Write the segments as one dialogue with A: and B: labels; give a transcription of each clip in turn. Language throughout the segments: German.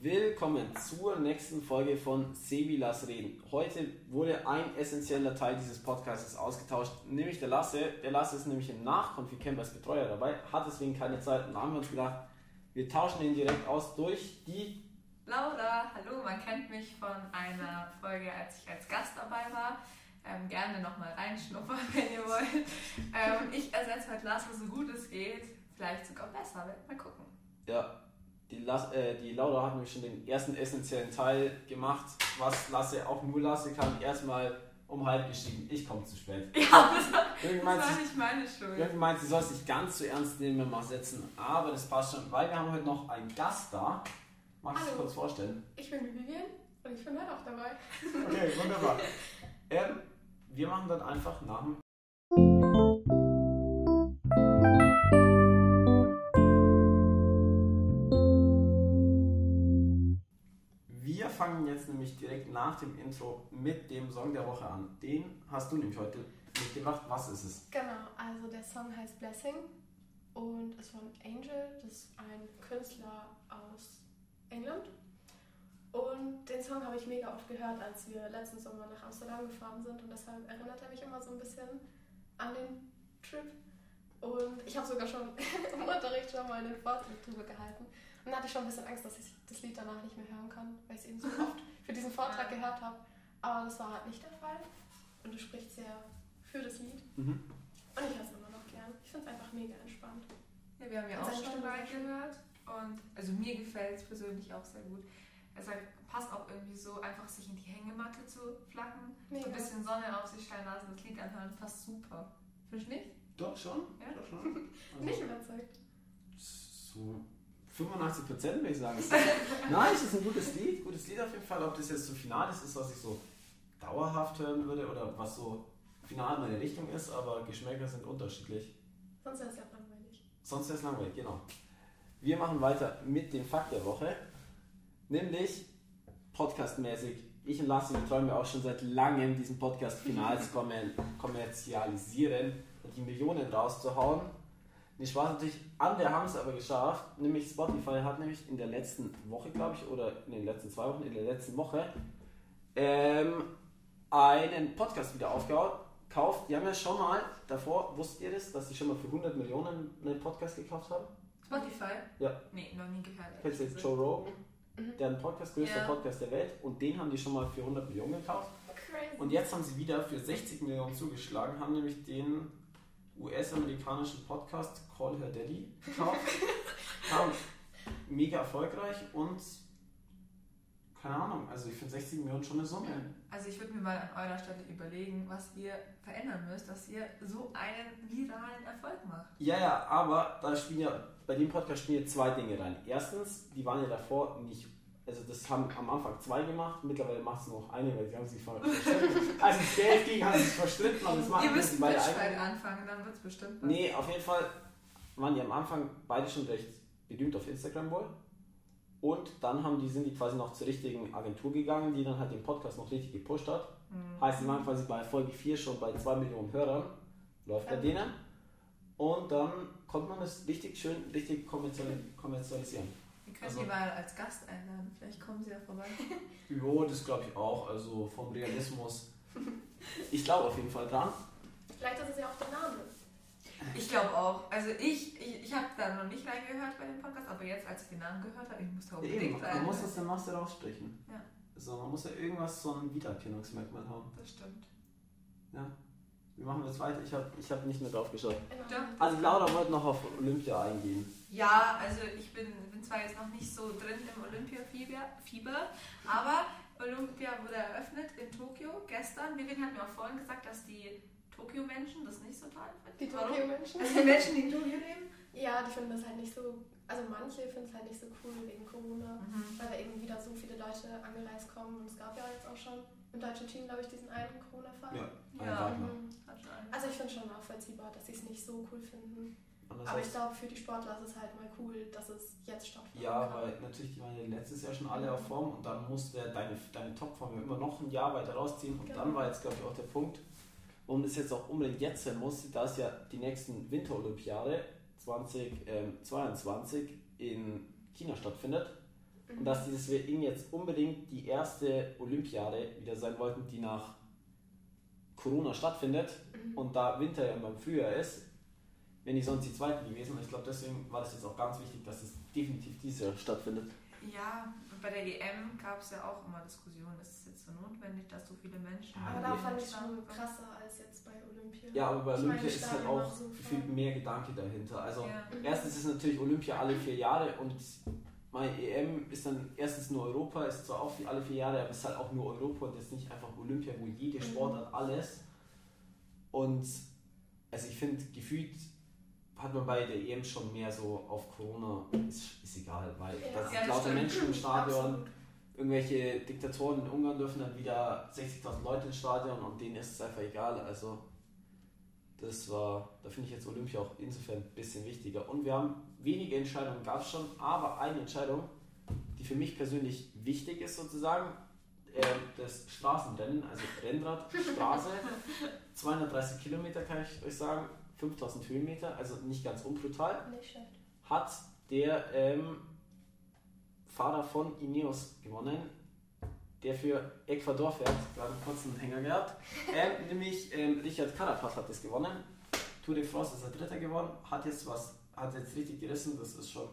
A: Willkommen zur nächsten Folge von Sebi Lass reden. Heute wurde ein essentieller Teil dieses Podcasts ausgetauscht, nämlich der Lasse. Der Lasse ist nämlich im Nachkonfi-Camp als Betreuer dabei, hat deswegen keine Zeit und da haben wir uns gedacht, wir tauschen ihn direkt aus durch die.
B: Laura, hallo, man kennt mich von einer Folge, als ich als Gast dabei war. Ähm, gerne nochmal reinschnuppern, wenn ihr wollt. Ähm, ich ersetze heute Lasse so gut es geht, vielleicht sogar besser, werden wir mal gucken.
A: Ja, die, Lass, äh, die Laura hat nämlich schon den ersten essentiellen Teil gemacht, was Lasse auch nur Lasse kann. Erstmal um halb geschrieben, ich komme zu spät.
B: Ja, das war,
A: Irgendwie
B: das
A: meint
B: war
A: sie-
B: nicht meine Schuld.
A: Jürgen meint, sie soll es nicht ganz so ernst nehmen, wenn wir setzen, aber das passt schon, weil wir haben heute noch einen Gast da. Magst du dich
C: Hallo.
A: kurz vorstellen?
C: Ich bin Vivian und ich bin heute auch dabei.
A: Okay, wunderbar. ähm, wir machen dann einfach nach dem. Wir fangen jetzt nämlich direkt nach dem Intro mit dem Song der Woche an. Den hast du nämlich heute mitgebracht. Was ist es?
C: Genau, also der Song heißt Blessing und ist von Angel, das ist ein Künstler aus England. Und den Song habe ich mega oft gehört, als wir letzten Sommer nach Amsterdam gefahren sind und deshalb erinnert er mich immer so ein bisschen an den Trip. Und ich habe sogar schon im Unterricht schon mal einen Vortrag drüber gehalten. Und da hatte ich schon ein bisschen Angst, dass ich das Lied danach nicht mehr hören kann, weil ich es eben so oft für diesen Vortrag gehört habe. Aber das war halt nicht der Fall. Und du sprichst sehr für das Lied.
A: Mhm.
C: Und ich höre es immer noch gern. Ich finde es einfach mega entspannt.
B: Ja, wir haben ja auch
C: Seine
B: schon
C: Stimme
B: mal
C: ist schön.
B: gehört und also mir gefällt es persönlich auch sehr gut. Es hat- passt auch irgendwie so, einfach sich in die Hängematte zu flacken,
C: Mega.
B: ein bisschen Sonne auf sich scheinen lassen, das Lied anhören, passt super. Findest du nicht?
A: Doch, schon.
B: Ja.
A: Doch, schon. Also-
C: Nicht überzeugt.
A: so 85 Prozent würde ich sagen. Es ist- Nein, es ist ein gutes Lied, gutes Lied auf jeden Fall. Ob das jetzt so final ist, ist, was ich so dauerhaft hören würde oder was so final meine Richtung ist, aber Geschmäcker sind unterschiedlich.
C: Sonst wäre es ja langweilig.
A: Sonst wäre es langweilig, genau. Wir machen weiter mit dem Fakt der Woche, nämlich podcastmäßig. Ich und Lars, wir träumen ja auch schon seit langem, diesen Podcast final zu kommen, kommerzialisieren und die Millionen rauszuhauen. Den Spaß natürlich an der haben es aber geschafft. Nämlich Spotify hat nämlich in der letzten Woche, glaube ich, oder in den letzten zwei Wochen, in der letzten Woche, ähm, einen Podcast wieder aufgekauft. Die haben ja schon mal, davor wusst ihr das, dass sie schon mal für 100 Millionen einen Podcast gekauft haben?
B: Spotify?
A: Ja.
B: Nee, noch nie gehört.
A: Kennst du
B: ehrlich
A: Joe Rogan? Der hat einen Podcast, größter
B: Ja.
A: Podcast der Welt. Und den haben die schon mal für 100 Millionen gekauft.
C: Crazy.
A: Und jetzt haben sie wieder für 60 Millionen zugeschlagen, haben nämlich den US-amerikanischen Podcast Call Her Daddy gekauft. Kam mega erfolgreich und keine Ahnung, also ich finde 60 Millionen schon eine Summe.
B: Also ich würde mir mal an eurer Stelle überlegen, was ihr verändern müsst, dass ihr so einen viralen Erfolg macht.
A: Ja, ja, aber da spielen ja, bei dem Podcast spielen ja zwei Dinge rein. Erstens, die waren ja davor nicht, also das haben am Anfang zwei gemacht, mittlerweile macht es nur noch eine, weil sie haben sich ver- verstritten. Also das Geld gegen haben sie sich verstritten, aber das machen
B: ihr müsst
A: sie
B: mit
A: beide
B: Fischfeld
A: eigene.
B: anfangen, dann wird es bestimmt was.
A: Nee, auf jeden Fall waren die am Anfang beide schon recht berühmt auf Instagram wohl. Und dann haben die, sind die quasi noch zur richtigen Agentur gegangen, die dann halt den Podcast noch richtig gepusht hat.
B: Hm.
A: Heißt, die waren quasi bei Folge 4 schon bei 2 Millionen Hörern. Läuft bei
C: Ja.
A: denen. Und dann konnte man das richtig schön, richtig kommerzial- kommerzialisieren.
B: Ihr könnt
A: also-
B: die mal als Gast einladen, vielleicht kommen sie ja vorbei.
A: Jo, das glaube ich auch. Also vom Realismus. Ich glaube auf jeden Fall dran.
C: Vielleicht ist es ja auch der Name.
B: Ich glaube auch. Also ich, ich, ich habe da noch nicht reingehört bei dem Podcast, aber jetzt, als ich den Namen gehört habe, ich muss da
A: Eben,
B: unbedingt
A: man
B: rein.
A: muss das dann aus der aussprechen.
B: Ja.
A: Also man muss ja irgendwas, so ein Wiedererkennungsmerkmal haben.
B: Das stimmt.
A: Wir machen jetzt weiter. Ich habe ich hab nicht mehr drauf geschaut.
C: Genau.
B: Ja.
A: Also Laura wollte noch auf Olympia eingehen.
B: Ja, also ich bin, bin zwar jetzt noch nicht so drin im Olympia-Fieber, Fieber, aber Olympia wurde eröffnet in Tokio gestern. Vivian hat mir auch vorhin gesagt, dass die Tokio-Menschen das nicht so toll finden.
C: Die
B: Warum?
C: Tokio-Menschen.
B: Also die Menschen, die in Tokio leben.
C: Ja, die finden das halt nicht so. Also manche finden es halt nicht so cool wegen Corona, weil da eben wieder so viele Leute angereist kommen. Und es gab ja jetzt auch schon im deutschen Team, glaube ich, diesen einen Corona-Fall.
A: Ja,
B: Ja.
A: Wagner.
C: Mhm.
B: Hat schon einen.
C: Also ich finde schon nachvollziehbar, dass sie es nicht so cool finden.
A: Und das
C: Aber ich
A: heißt-
C: glaube, für die Sportler ist es halt mal cool, dass es jetzt stattfindet.
A: ja, weil natürlich, die waren ja letztes Jahr schon alle auf Form und dann musst du ja deine, deine Topform ja immer noch ein Jahr weiter rausziehen. Und
C: Genau.
A: dann war jetzt, glaube ich, auch der Punkt, warum das jetzt auch unbedingt jetzt sein muss, da es ja die nächsten ähm, Winterolympiade 2022 in China stattfindet.
C: Mhm.
A: Und dass die deswegen jetzt unbedingt die erste Olympiade wieder sein wollten, die nach Corona stattfindet
C: Mhm.
A: und da Winter ja immer im Frühjahr ist, wenn die sonst die zweite gewesen. Und ich glaube, deswegen war das jetzt auch ganz wichtig, dass es definitiv dieses Jahr stattfindet.
B: Ja, bei der EM gab es ja auch immer Diskussionen. Ist es jetzt so notwendig, dass so viele Menschen.
A: Ja,
C: Aber
B: am
C: da
A: nee.
B: Start
C: fand ich schon
B: sind?
C: krasser als jetzt bei Olympia.
A: Ja, aber bei
C: Ich
A: Olympia
C: meine,
A: ist halt
C: Stadion
A: auch
C: war so
A: gefühlt
C: voll.
A: mehr Gedanke dahinter. Also
B: Ja.
A: erstens ist natürlich Olympia alle vier Jahre und meine EM ist dann erstens nur Europa, ist zwar auch wie alle vier Jahre, aber es ist halt auch nur Europa und jetzt nicht einfach Olympia, wo jede
C: Mhm.
A: Sportart alles. Und also ich finde, gefühlt hat man bei der EM schon mehr so auf Corona, ist, ist egal, weil
C: Ja.
A: da sind
B: Ja, das
A: lauter
B: stimmt.
A: Menschen im Stadion,
C: Absolut.
A: irgendwelche Diktatoren in Ungarn dürfen dann wieder 60.000 Leute ins Stadion und denen ist es einfach egal. Also, das war, da finde ich jetzt Olympia auch insofern ein bisschen wichtiger. Und wir haben wenige Entscheidungen, gab es schon, aber eine Entscheidung, die für mich persönlich wichtig ist sozusagen, äh, das Straßenrennen, also Rennrad, Straße, 230 Kilometer kann ich euch sagen, 5000 Höhenmeter, also nicht ganz unbrutal
C: Nicht schlecht.
A: hat der ähm, Fahrer von Ineos gewonnen, der für Ecuador fährt, gerade kurz einen Hänger gehabt. Ähm, nämlich ähm, Richard Carapaz hat das gewonnen. Tour de France ist er Dritter geworden, hat jetzt was, hat jetzt richtig gerissen, das ist schon,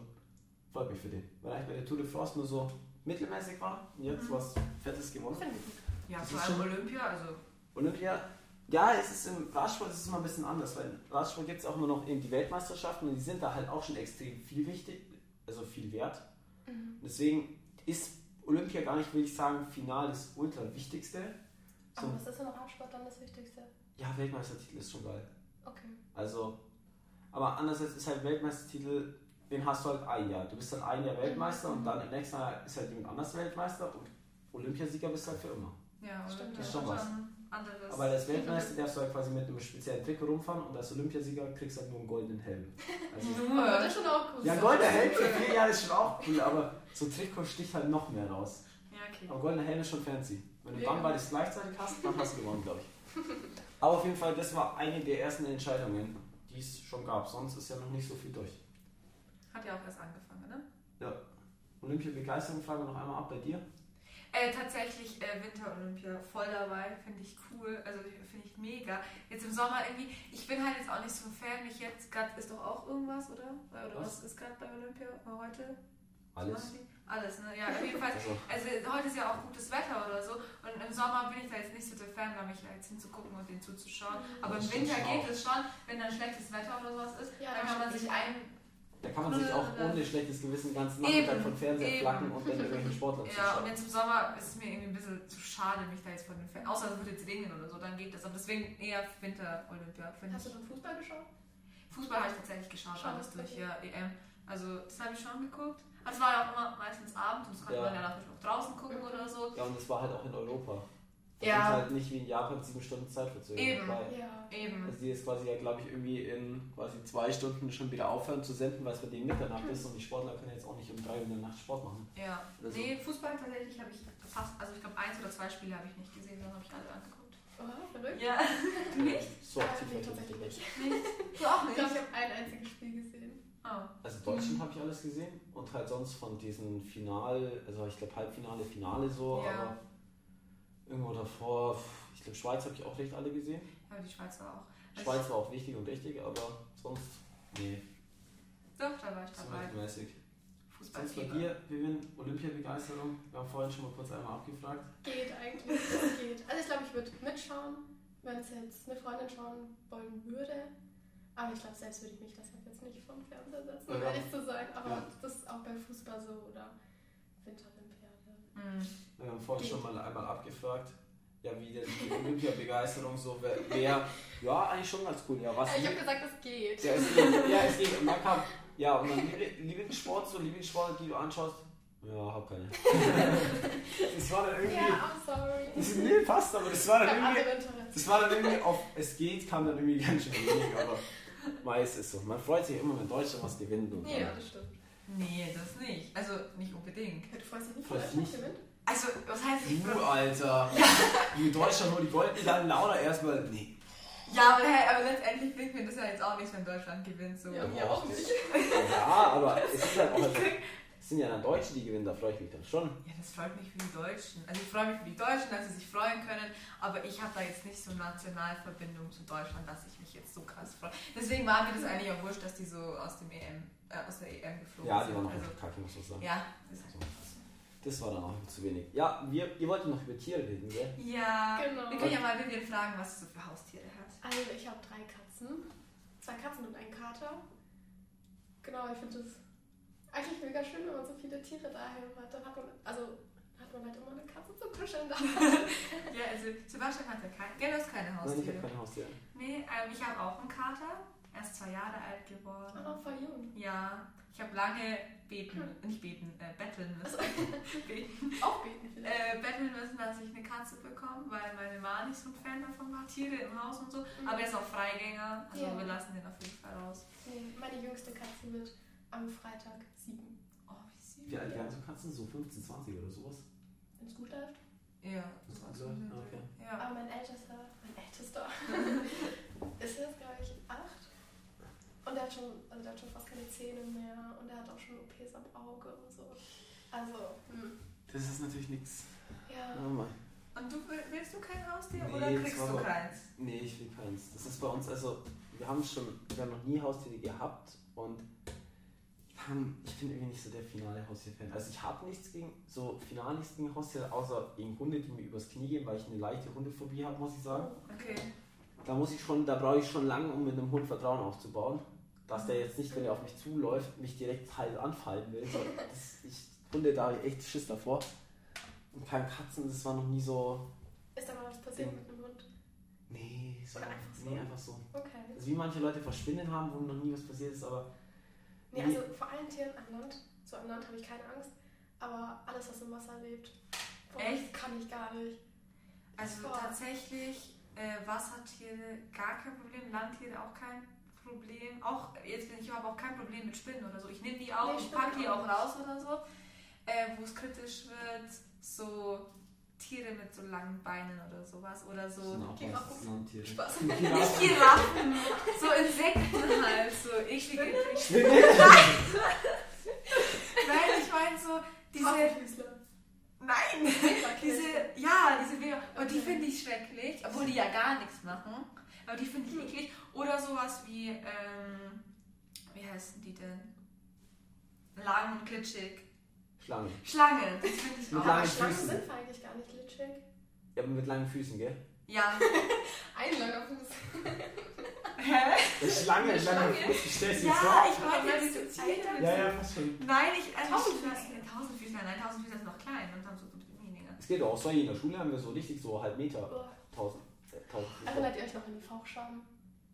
A: freut mich für den. Weil eigentlich bei der Tour de France nur so mittelmäßig war und jetzt was Fettes gewonnen.
C: Finde ich gut.
B: Ja,
A: Das
B: vor
A: ist
B: allem
A: schon-
B: Olympia, also.
A: Olympia, ja, es ist im Radsport ist es immer ein bisschen anders, weil im Radsport gibt es auch nur noch eben die Weltmeisterschaften und die sind da halt auch schon extrem viel wichtig, also viel wert. Deswegen ist Olympia gar nicht, will ich sagen, final das ultra wichtigste. So,
C: Aber was ist im Radsport dann das Wichtigste?
A: ja, Weltmeistertitel ist schon geil.
C: Okay.
A: Also, aber andererseits ist halt Weltmeistertitel, den hast du halt ein Jahr. Du bist dann ein Jahr Weltmeister und dann im nächsten Jahr ist halt jemand anders Weltmeister und Olympiasieger bist du halt für immer.
B: Ja,
C: Stimmt,
B: Olympia
C: das
A: ist schon was.
B: anderes.
A: Aber als Weltmeister darfst du halt quasi mit einem speziellen Trikot rumfahren und als Olympiasieger kriegst du halt nur einen goldenen Helm. Also,
C: Aber das
B: Nur.
C: ist schon auch cool.
A: ja, ein goldener Helm für vier Jahre ist schon auch cool, aber so Trikot sticht halt noch mehr raus.
B: Ja, okay.
A: Aber goldener Helm ist schon fancy. Wenn du
C: Mega.
A: dann beides gleichzeitig hast, dann hast du gewonnen, glaube ich. Aber auf jeden Fall, das war eine der ersten Entscheidungen, die es schon gab. Sonst ist ja noch nicht so viel durch.
B: Hat ja auch erst angefangen, ne?
A: Olympia-Begeisterung fragen wir noch einmal ab bei dir.
B: Äh, tatsächlich äh, Winter-Olympia voll dabei, finde ich cool, also finde ich mega. Jetzt im Sommer irgendwie, ich bin halt jetzt auch nicht so ein Fan, mich jetzt, gerade ist doch auch irgendwas, oder? Oder was,
A: Was?
B: ist gerade bei Olympia äh, heute?
A: Alles.
B: Alles, ne? Ja, auf jeden Fall.
A: Also,
B: Also heute ist ja auch gutes Wetter oder so und im Sommer bin ich da jetzt nicht so der Fan, da mich da jetzt hinzugucken und den zuzuschauen. Aber
A: Das
B: im
A: stimmt
B: Winter
A: schon
B: geht
A: auch.
B: es schon, wenn dann schlechtes Wetter oder sowas ist,
C: Ja,
B: dann kann man
C: stimmt.
B: sich ein...
A: da kann man sich auch ohne schlechtes Gewissen den ganzen Nachmittag
B: Eben,
A: vom Fernseher
B: eben.
A: flacken und dann irgendwelchen Sportlern
B: Ja, und
A: zuschauen.
B: jetzt im Sommer ist es mir irgendwie ein bisschen zu schade, mich da jetzt von den Fan... Außer es würde jetzt regnen oder so, dann geht das. Aber deswegen eher Winter-Olympia, finde
C: Hast du
B: ich.
C: dann Fußball geschaut?
B: Fußball habe ich tatsächlich geschaut,
C: Schon,
B: alles durch,
C: okay.
B: ja, EM. Also das habe ich schon geguckt. Aber es war ja auch immer meistens abends und das konnte
A: Ja.
B: man ja natürlich auch draußen gucken
C: Mhm.
B: oder so.
A: Ja, und das war halt auch in Europa. Da
B: Ja.
A: sind halt nicht wie in Japan sieben Stunden Zeitverzögerung.
B: Eben.
A: dabei.
C: Ja.
B: Eben.
A: Also die jetzt quasi ja, glaube ich, irgendwie in quasi zwei Stunden schon wieder aufhören zu senden, weil es bei denen Mitternacht ist und die Sportler können jetzt auch nicht um drei Uhr in der Nacht Sport machen.
B: Ja.
A: Also-
B: Nee, Fußball tatsächlich habe ich fast, also ich glaube eins oder zwei Spiele habe ich nicht gesehen, sondern habe ich alle angeguckt.
C: Oha, verrückt. Äh,
B: Ja. Du nicht?
A: Also So aktiv
C: nee,
A: halt
C: tatsächlich
A: nicht.
C: nicht.
B: Du auch
C: Ich glaube, ich habe ein einziges Spiel gesehen.
B: Oh.
A: Also Deutschland habe ich alles gesehen und halt sonst von diesem Final, also ich glaube Halbfinale, Finale so,
B: Ja.
A: aber irgendwo davor, pff, ich glaube Schweiz habe ich auch nicht alle gesehen.
B: Ja, die Schweiz war auch. Also
A: Schweiz war auch wichtig und richtig, aber sonst, nee,
B: ich- Doch, da war ich
A: so
B: dabei.
A: mittelmäßig.
B: Fußball.
A: Sonst bei dir, Vivian, Olympiabegeisterung, wir haben vorhin schon mal kurz einmal abgefragt.
C: Geht eigentlich. Es geht. Also ich glaube, ich würde mitschauen, wenn es jetzt eine Freundin schauen wollen würde. Aber ich glaube, selbst würde ich mich deshalb jetzt nicht vom Fernseher setzen, um
A: Ja.
C: ehrlich zu sein. Aber
A: Ja.
C: das ist auch bei Fußball so oder Winterolympiade.
B: Mhm.
A: Wir haben vorhin schon mal einmal abgefragt, ja, wie denn die Olympiabegeisterung so wer, wer. Ja, eigentlich schon ganz cool. Ja, was
C: Ja, Äh, ich habe gesagt, es geht.
A: ja, es geht. Ja, es geht. Und dann kam, ja, und dann Liebl- Lieblingssport, so Lieblingssport, die du anschaust. Ja, hab keine. das war dann irgendwie.
C: Ja, I'm sorry.
A: Das, nee, passt, aber das war
C: Ich
A: dann
C: habe
A: irgendwie.
C: andere Interessen.
A: Das war dann irgendwie auf es geht, kam dann irgendwie ganz schön wenig, aber meist ist so. Man freut sich immer, wenn Deutschland was gewinnt. Und
C: Ja, das stimmt.
B: Nee, das nicht. Also nicht unbedingt.
C: Du freust dich nicht,
A: Freut
C: wenn
A: dich
C: Deutschland
A: nicht?
C: gewinnt?
B: Also, was heißt ich?
A: Du, Alter. In Deutschland nur die Goldmedaille, Laura erstmal. Nee.
B: Ja, aber, hey, aber letztendlich bringt mir das ja jetzt auch nichts, wenn Deutschland gewinnt. So.
C: Ja,
A: Ja,
C: mir auch nicht.
A: Ja, aber es ist halt auch
B: Ich
A: einfach.
B: krieg,
A: Es sind ja dann Deutsche, die gewinnen, da freue ich mich dann schon.
B: Ja, das freut mich für die Deutschen. Also ich freue mich für die Deutschen, dass sie sich freuen können, aber ich habe da jetzt nicht so eine Nationalverbindung zu Deutschland, dass ich mich jetzt so krass freue. Deswegen war mir das eigentlich auch wurscht, dass die so aus dem EM, äh, aus der EM geflogen
A: Ja, die
B: sind.
A: waren auch
B: also,
A: einfach kacke, muss man sagen.
B: ja, das ist einfach so.
A: Das war dann auch zu wenig. Ja, wir, ihr wolltet noch über Tiere reden, gell?
B: Ja,
C: Genau.
B: wir können ja mal Vivian fragen, was sie so für Haustiere hat.
C: Also ich habe drei Katzen. Zwei Katzen und einen Kater. Genau, ich finde es eigentlich mega schön, wenn man so viele Tiere daheim hat. Dann hat man, also hat man halt immer eine Katze zum Kuscheln da.
B: Ja, also Sebastian hat ja kein, gell, du hast keine
A: Nein, ich
B: Haustiere.
A: habe keine Haustiere.
B: nee, ähm, ich habe auch einen Kater, er ist zwei Jahre alt geworden.
C: Aber voll jung.
B: Ja, ich habe lange beten, nicht beten, äh, betteln müssen. beten,
C: Auch beten vielleicht.
B: äh, betteln müssen, dass ich eine Katze bekomme, weil meine Mama nicht so ein Fan davon war, Tiere im Haus und so. Aber er ist auch Freigänger, also
C: Ja.
B: wir lassen den auf jeden Fall raus.
C: Nee, meine jüngste Katze wird am Freitag sieben.
B: Oh, wie süß.
A: Wie alt werden so Katzen? So 15, 20 oder sowas?
C: Wenn es gut läuft.
B: Ja, das war so eine
A: Okay.
B: Ja.
C: Aber Ah, mein ältester, mein ältester ist jetzt, glaube ich, acht. Und der hat schon, also der hat schon fast keine Zähne mehr und er hat auch schon OPs am Auge und so. Also, hm.
A: Das ist natürlich nichts.
C: ja.
A: Oh mein.
B: Und du will- willst du kein Haustier
A: Nee,
B: oder
A: das
B: kriegst
A: war
B: du
A: so-
B: keins?
A: Nee, ich will keins. Das ist bei uns, also, wir haben schon, wir haben noch nie Haustiere gehabt und haben, ich bin irgendwie nicht so der finale Haustier-Fan. Also, ich habe nichts gegen, so final nichts gegen Haustiere, außer gegen Hunde, die mir übers Knie gehen, weil ich eine leichte Hundephobie habe, muss ich sagen.
B: Okay.
A: Da muss ich schon, da brauche ich schon lange, um mit einem Hund Vertrauen aufzubauen. Dass der jetzt nicht, wenn er auf mich zuläuft, mich direkt halt anfallen will. So, das, ich, Hunde, da habe ich echt Schiss davor. Und beim Katzen, das war noch nie so.
C: Ist da mal was passiert mit dem Hund?
A: Nee, so,
C: Oder einfach so.
A: nee, einfach so.
C: Okay.
A: Also wie manche Leute verschwinden haben, wo noch nie was passiert ist, aber
C: Nee,
A: Nee.
C: also vor allen Tieren am Land. So am Land habe ich keine Angst. Aber alles, was im Wasser lebt, boah,
B: Echt?
C: kann ich gar nicht.
B: Also
C: Boah.
B: tatsächlich äh, Wassertiere gar kein Problem, Landtiere auch kein Problem. Auch jetzt bin ich überhaupt auch kein Problem mit Spinnen oder so. Ich nehme die auch,
C: Nee,
B: ich
C: Spinnen
B: packe die
C: auch
B: auch
C: nicht.
B: raus oder so. Äh, Wo es kritisch wird, so Tiere mit so langen Beinen oder sowas oder so.
A: Genau.
C: Giraffen.
A: Landtiere.
C: Spaß.
B: Nicht Giraffen, so Insekten halt. So ich, ich nein, ich meine so diese
C: Füßler.
B: nein. Diese, ja, diese Wehr. Aber die
C: Okay.
B: finde ich schrecklich, obwohl die ja gar nichts machen. Aber die finde
C: Hm.
B: ich eklig. Oder sowas wie, ähm, wie heißen die denn? Lang und glitschig.
A: Schlangen.
B: Schlange, das finde ich
A: Mit
B: auch.
A: langen
C: Aber Schlangen
A: Füßen.
C: sind eigentlich gar nicht glitschig.
A: Ja, aber mit langen Füßen, gell?
B: Ja.
C: Ein langer Fuß.
B: Hä?
A: Eine Schlange,
C: Eine Schlange.
A: Fuß, ich stell's dir
B: Ja,
A: vor.
B: ich meine ja
C: Aber
B: diese
C: meinst du Tiere?
B: Tiere.
A: Ja, ja, fast schon.
B: Nein, ich. Also
C: Tausendfüßler.
B: Tausendfüßler. Tausendfüßler, nein, Tausendfüßler sind noch klein und haben so gute weniger.
A: Es geht auch so, in der Schule haben wir so richtig so halb Meter,
C: Boah.
A: tausend, äh, tausend Füße.
C: Erinnert ihr euch noch an die Fauchschaben?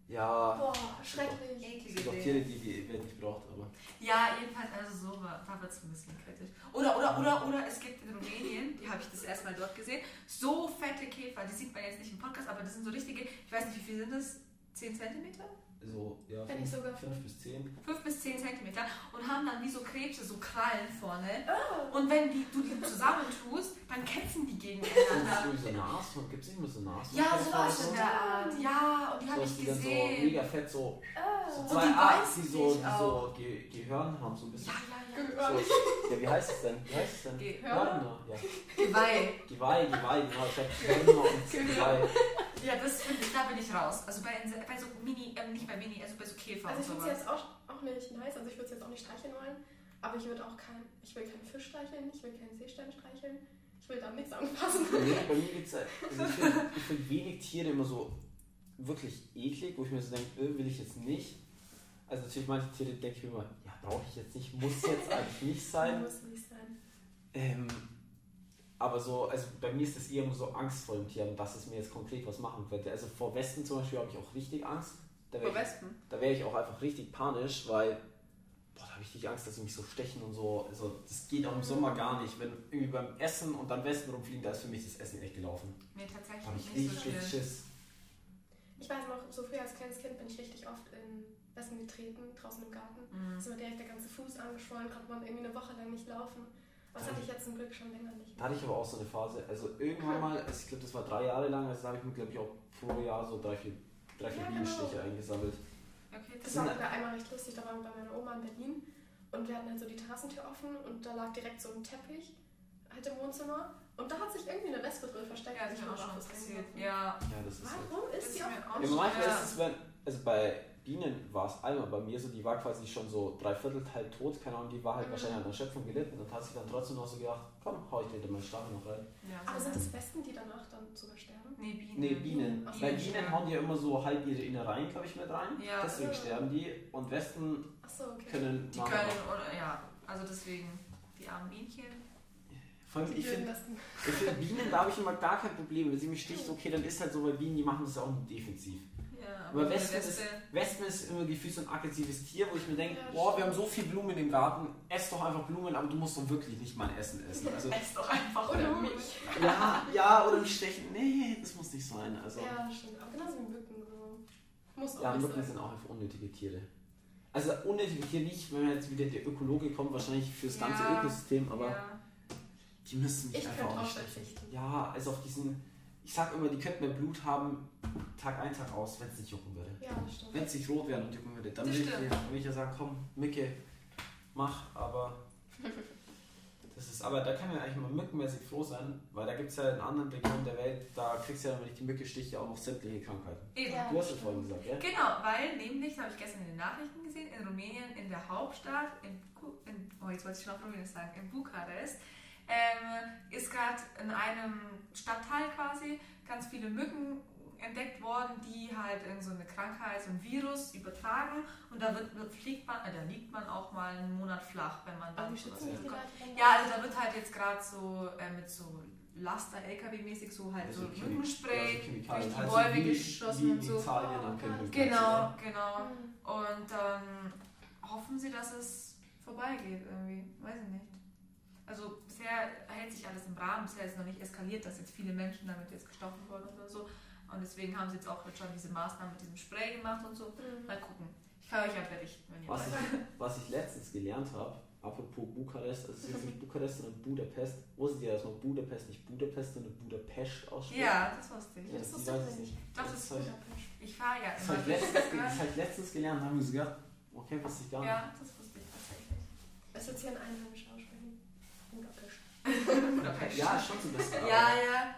A: Ja,
C: Boah, schrecklich.
A: es gibt auch
B: Eklige
A: Tiere,
B: Dinge.
A: die die Welt nicht braucht, aber
B: Ja, jedenfalls, also so war, da wird es ein bisschen kritisch. Oder, oder, oder, oder, es gibt in Rumänien, die habe ich das erstmal dort gesehen, so fette Käfer, die sieht man jetzt nicht im Podcast, aber das sind so richtige, ich weiß nicht, wie viel sind das? 10 Zentimeter?
A: so, ja,
C: Wenn
A: fünf,
C: ich sogar
A: fünf bis zehn.
B: 5 bis 10 Zentimeter und haben dann wie so Krebse, so Krallen vorne.
A: Oh.
B: Und wenn die, du die zusammentust, dann kämpfen die
A: Und
B: gegeneinander.
A: so, so Nashorn, gibt's nicht mehr so Nashorn?
B: Ja, sowas
A: so.
B: in der Art. Ja, und die
A: So,
B: habe ich
A: die dann so mega
B: gesehen.
A: fett so, so
C: Ah.
B: Und
A: zwei
B: die
A: Arten,
B: beißen
A: die so,
B: sich
A: die so Ge Gehirn haben, so ein bisschen.
B: Ja, ja, ja.
A: So, ja, wie heißt es denn? Wie heißt es denn?
B: Gehör.
A: Hörner. Ja.
B: Geweih.
A: Geweih, Geweih, genau. Ich hab Hörner und Geweih.
B: Ja, das finde ich, da bin ich raus. Also bei, Inse- bei so Mini, ähm, nicht bei Mini, also bei so Käfer
C: Also ich
B: und
C: finde es
B: sowas.
C: jetzt auch, auch nicht nice, also ich würde es jetzt auch nicht streicheln wollen, aber ich würde auch kein, ich will keinen Fisch streicheln, ich will keinen Seestern streicheln, ich will da nichts anfassen.
A: Bei mir- Bei mir geht's halt, also ich finde ich find wenig Tiere immer so wirklich eklig, wo ich mir so denke, äh, will ich jetzt nicht. Also natürlich manche Tiere denke ich mir immer, ja, brauche ich jetzt nicht, muss jetzt eigentlich nicht sein.
C: Muss nicht sein.
A: Ähm, aber so, also bei mir ist das eher immer so Angst vor dem Tier, dass es mir jetzt konkret was machen könnte. Also vor Westen zum Beispiel habe ich auch richtig Angst. Da wär ich
B: Wespen?
A: da wäre ich auch einfach richtig panisch, weil boah, da habe ich richtig Angst, dass sie mich so stechen und so. Also das geht auch im Sommer gar nicht. Wenn irgendwie beim Essen und dann Westen rumfliegen, da ist für mich das Essen echt gelaufen.
B: Nee,
A: Da habe
B: tatsächlich
A: ich
B: nicht so
A: richtig
B: viel.
A: Schiss.
C: Ich weiß noch, so früher als kleines Kind bin ich richtig oft in Westen getreten, draußen im Garten.
B: Mhm.
C: Ist mir direkt der ganze Fuß angeschwollen, konnte man irgendwie eine Woche lang nicht laufen. Was hatte ich jetzt zum Glück schon länger nicht.
A: Da hatte ich aber auch so eine Phase. Also irgendwann mal, also ich glaube, das war drei Jahre lang, also da habe ich mir, glaube ich, auch pro Jahr so drei, vier, drei, vier
C: Ja, genau.
A: Bienenstiche eingesammelt.
B: Okay, das
C: Das
A: sind-
C: war sogar einmal recht lustig, da waren wir bei meiner Oma in Berlin Und wir hatten halt so die Terrassentür offen und da lag direkt so ein Teppich halt im Wohnzimmer. Und da hat sich irgendwie eine Wespe drin versteckt.
B: Ja,
C: und
B: ist
C: ich
B: mir auch
C: hab
B: schon
C: was
B: passiert.
C: reingeworfen.
B: Ja.
A: Ja, das ist halt.
C: Warum ist die auch...
B: mir
A: Ja,
B: auch
A: manchmal
B: schon-
A: ist es, wenn, also bei Bienen war es einmal, bei mir so, die war quasi schon so dreiviertel halb tot, keine Ahnung, die war halt
C: Mhm.
A: wahrscheinlich an der Schöpfung gelitten und hat sich dann trotzdem noch so gedacht, komm, hau ich dir meine Stachel noch rein.
B: Ja,
C: Aber
B: so
C: sind das Wespen, die danach dann sogar sterben?
B: Nee, Bienen.
A: Nee, Bienen.
C: Bienen.
A: Bei Bienen hauen die ja immer so halb ihre Innereien, glaube ich, mit rein.
B: Ja.
A: Deswegen sterben die. Und Wespen
C: Achso, okay.
A: können
B: Die
A: nachher
B: können, oder ja, also deswegen, die armen Bienchen.
A: noch- Vor allem,
C: Die
A: ich
C: blöden
A: finde,
C: Wespen.
A: ich find, Bienen, da habe ich immer gar kein Problem. Wenn sie mich sticht, okay, dann ist halt so, weil Bienen, die machen das ja auch nur defensiv.
B: Ja,
A: Aber
B: eine
A: Wespen ist,
B: Wespe-
A: Wespen ist immer gefühlt so ein aggressives Tier, wo ich mir denke,
C: Ja,
A: boah, wir haben
C: stimmt.
A: so viel Blumen im Garten, ess doch einfach Blumen, aber du musst doch wirklich nicht mein Essen essen. Also,
B: Ess doch einfach
C: Oder
B: ohne
C: mich.
B: mich.
A: ja, ja, oder mich stechen. Nee, das muss nicht sein. Also, ja,
C: Ja, stimmt. Aber genauso wie Mücken. So. Muss auch nicht
A: Mücken
C: sein.
A: sind auch einfach unnötige Tiere. Also unnötige Tiere nicht, wenn jetzt wieder der Ökologe kommt, wahrscheinlich fürs ganze
B: Ja,
A: Ökosystem, aber
B: ja.
A: die müssen mich
C: Ich
A: einfach
C: könnte
A: auch
C: auch
A: nicht stechen.
C: verzichten.
A: Ja, also auf diesen, ich sag immer, die könnten mehr Blut haben, Tag ein, Tag aus, wenn es nicht jucken würde.
C: Ja, das stimmt.
A: Wenn es nicht rot werden und jucken würde, dann
B: Das
A: würde ich,
B: stimmt.
A: ja, würde ich ja sagen, komm, Micke, mach, aber das ist, aber da kann man eigentlich mal mückenmäßig froh sein, weil da gibt es ja in anderen Regionen der Welt, da kriegst du ja, wenn ich die Mücke sticht, ja auch noch sämtliche Krankheiten.
B: Eben.
C: Ja,
A: Du hast ja
C: stimmt.
A: vorhin gesagt, ja?
B: Genau, weil nämlich, das habe ich gestern in den Nachrichten gesehen, in Rumänien, in der Hauptstadt, in, Buku, in oh, jetzt wollte ich schon auf Rumänien sagen, in Bukarest, ähm, ist gerade in einem Stadtteil quasi ganz viele Mücken entdeckt worden, die halt irgend so eine Krankheit, so ein Virus übertragen und da wird, wird fliegt man, äh, da liegt man auch mal einen Monat flach, wenn man
C: Aber
B: dann
C: wie
B: sowas
C: schützen sich die
B: bekommt.
C: Leute denn?
B: Ja, also da wird halt jetzt gerade so äh, mit so Laster, LKW-mäßig so halt so
A: Chemik-
B: Mückenspray
A: Also ja, so
B: durch
A: Chemikalien.
B: die
A: Also
B: Bäume
A: wie-
B: geschossen
A: wie
B: und
A: in
B: so.
A: Italien an Campingplätzen,
B: Genau,
A: oder?
B: genau.
C: Hm.
B: Und dann hoffen sie, dass es vorbeigeht irgendwie. Weiß ich nicht. Also bisher hält sich alles im Rahmen. Bisher ist noch nicht eskaliert, dass jetzt viele Menschen damit jetzt gestochen wurden oder so. Und deswegen haben sie jetzt auch jetzt schon diese Maßnahmen mit diesem Spray gemacht und so.
C: Hm.
B: Mal gucken. Ich kann euch ja berichten, wenn ihr
A: Was
B: wollt.
A: ich, was ich letztens gelernt habe, apropos Bukarest, also es ist jetzt nicht Bukarest, sondern Budapest. Wusstet ihr, dass man Budapest nicht Budapest, sondern Budapest ausspricht?
B: Ja, das wusste ich.
A: Ja,
C: Das
A: die
C: wusste ich
A: weiß es
C: nicht.
B: Doch, das
A: das
B: ist
A: habe ich,
B: Ich fahre ja
A: das
B: immer.
A: hab ich, letztens, ge- das hab ich letztens gelernt, da haben wir gesagt, okay, wusste ich gar nicht.
B: Ja, das wusste ich tatsächlich.
C: Es sitzt hier ein Einheimischer aus Schweden. Budapest.
B: Budapest.
A: Ja, schon so ein bisschen. aber-
B: Ja, ja.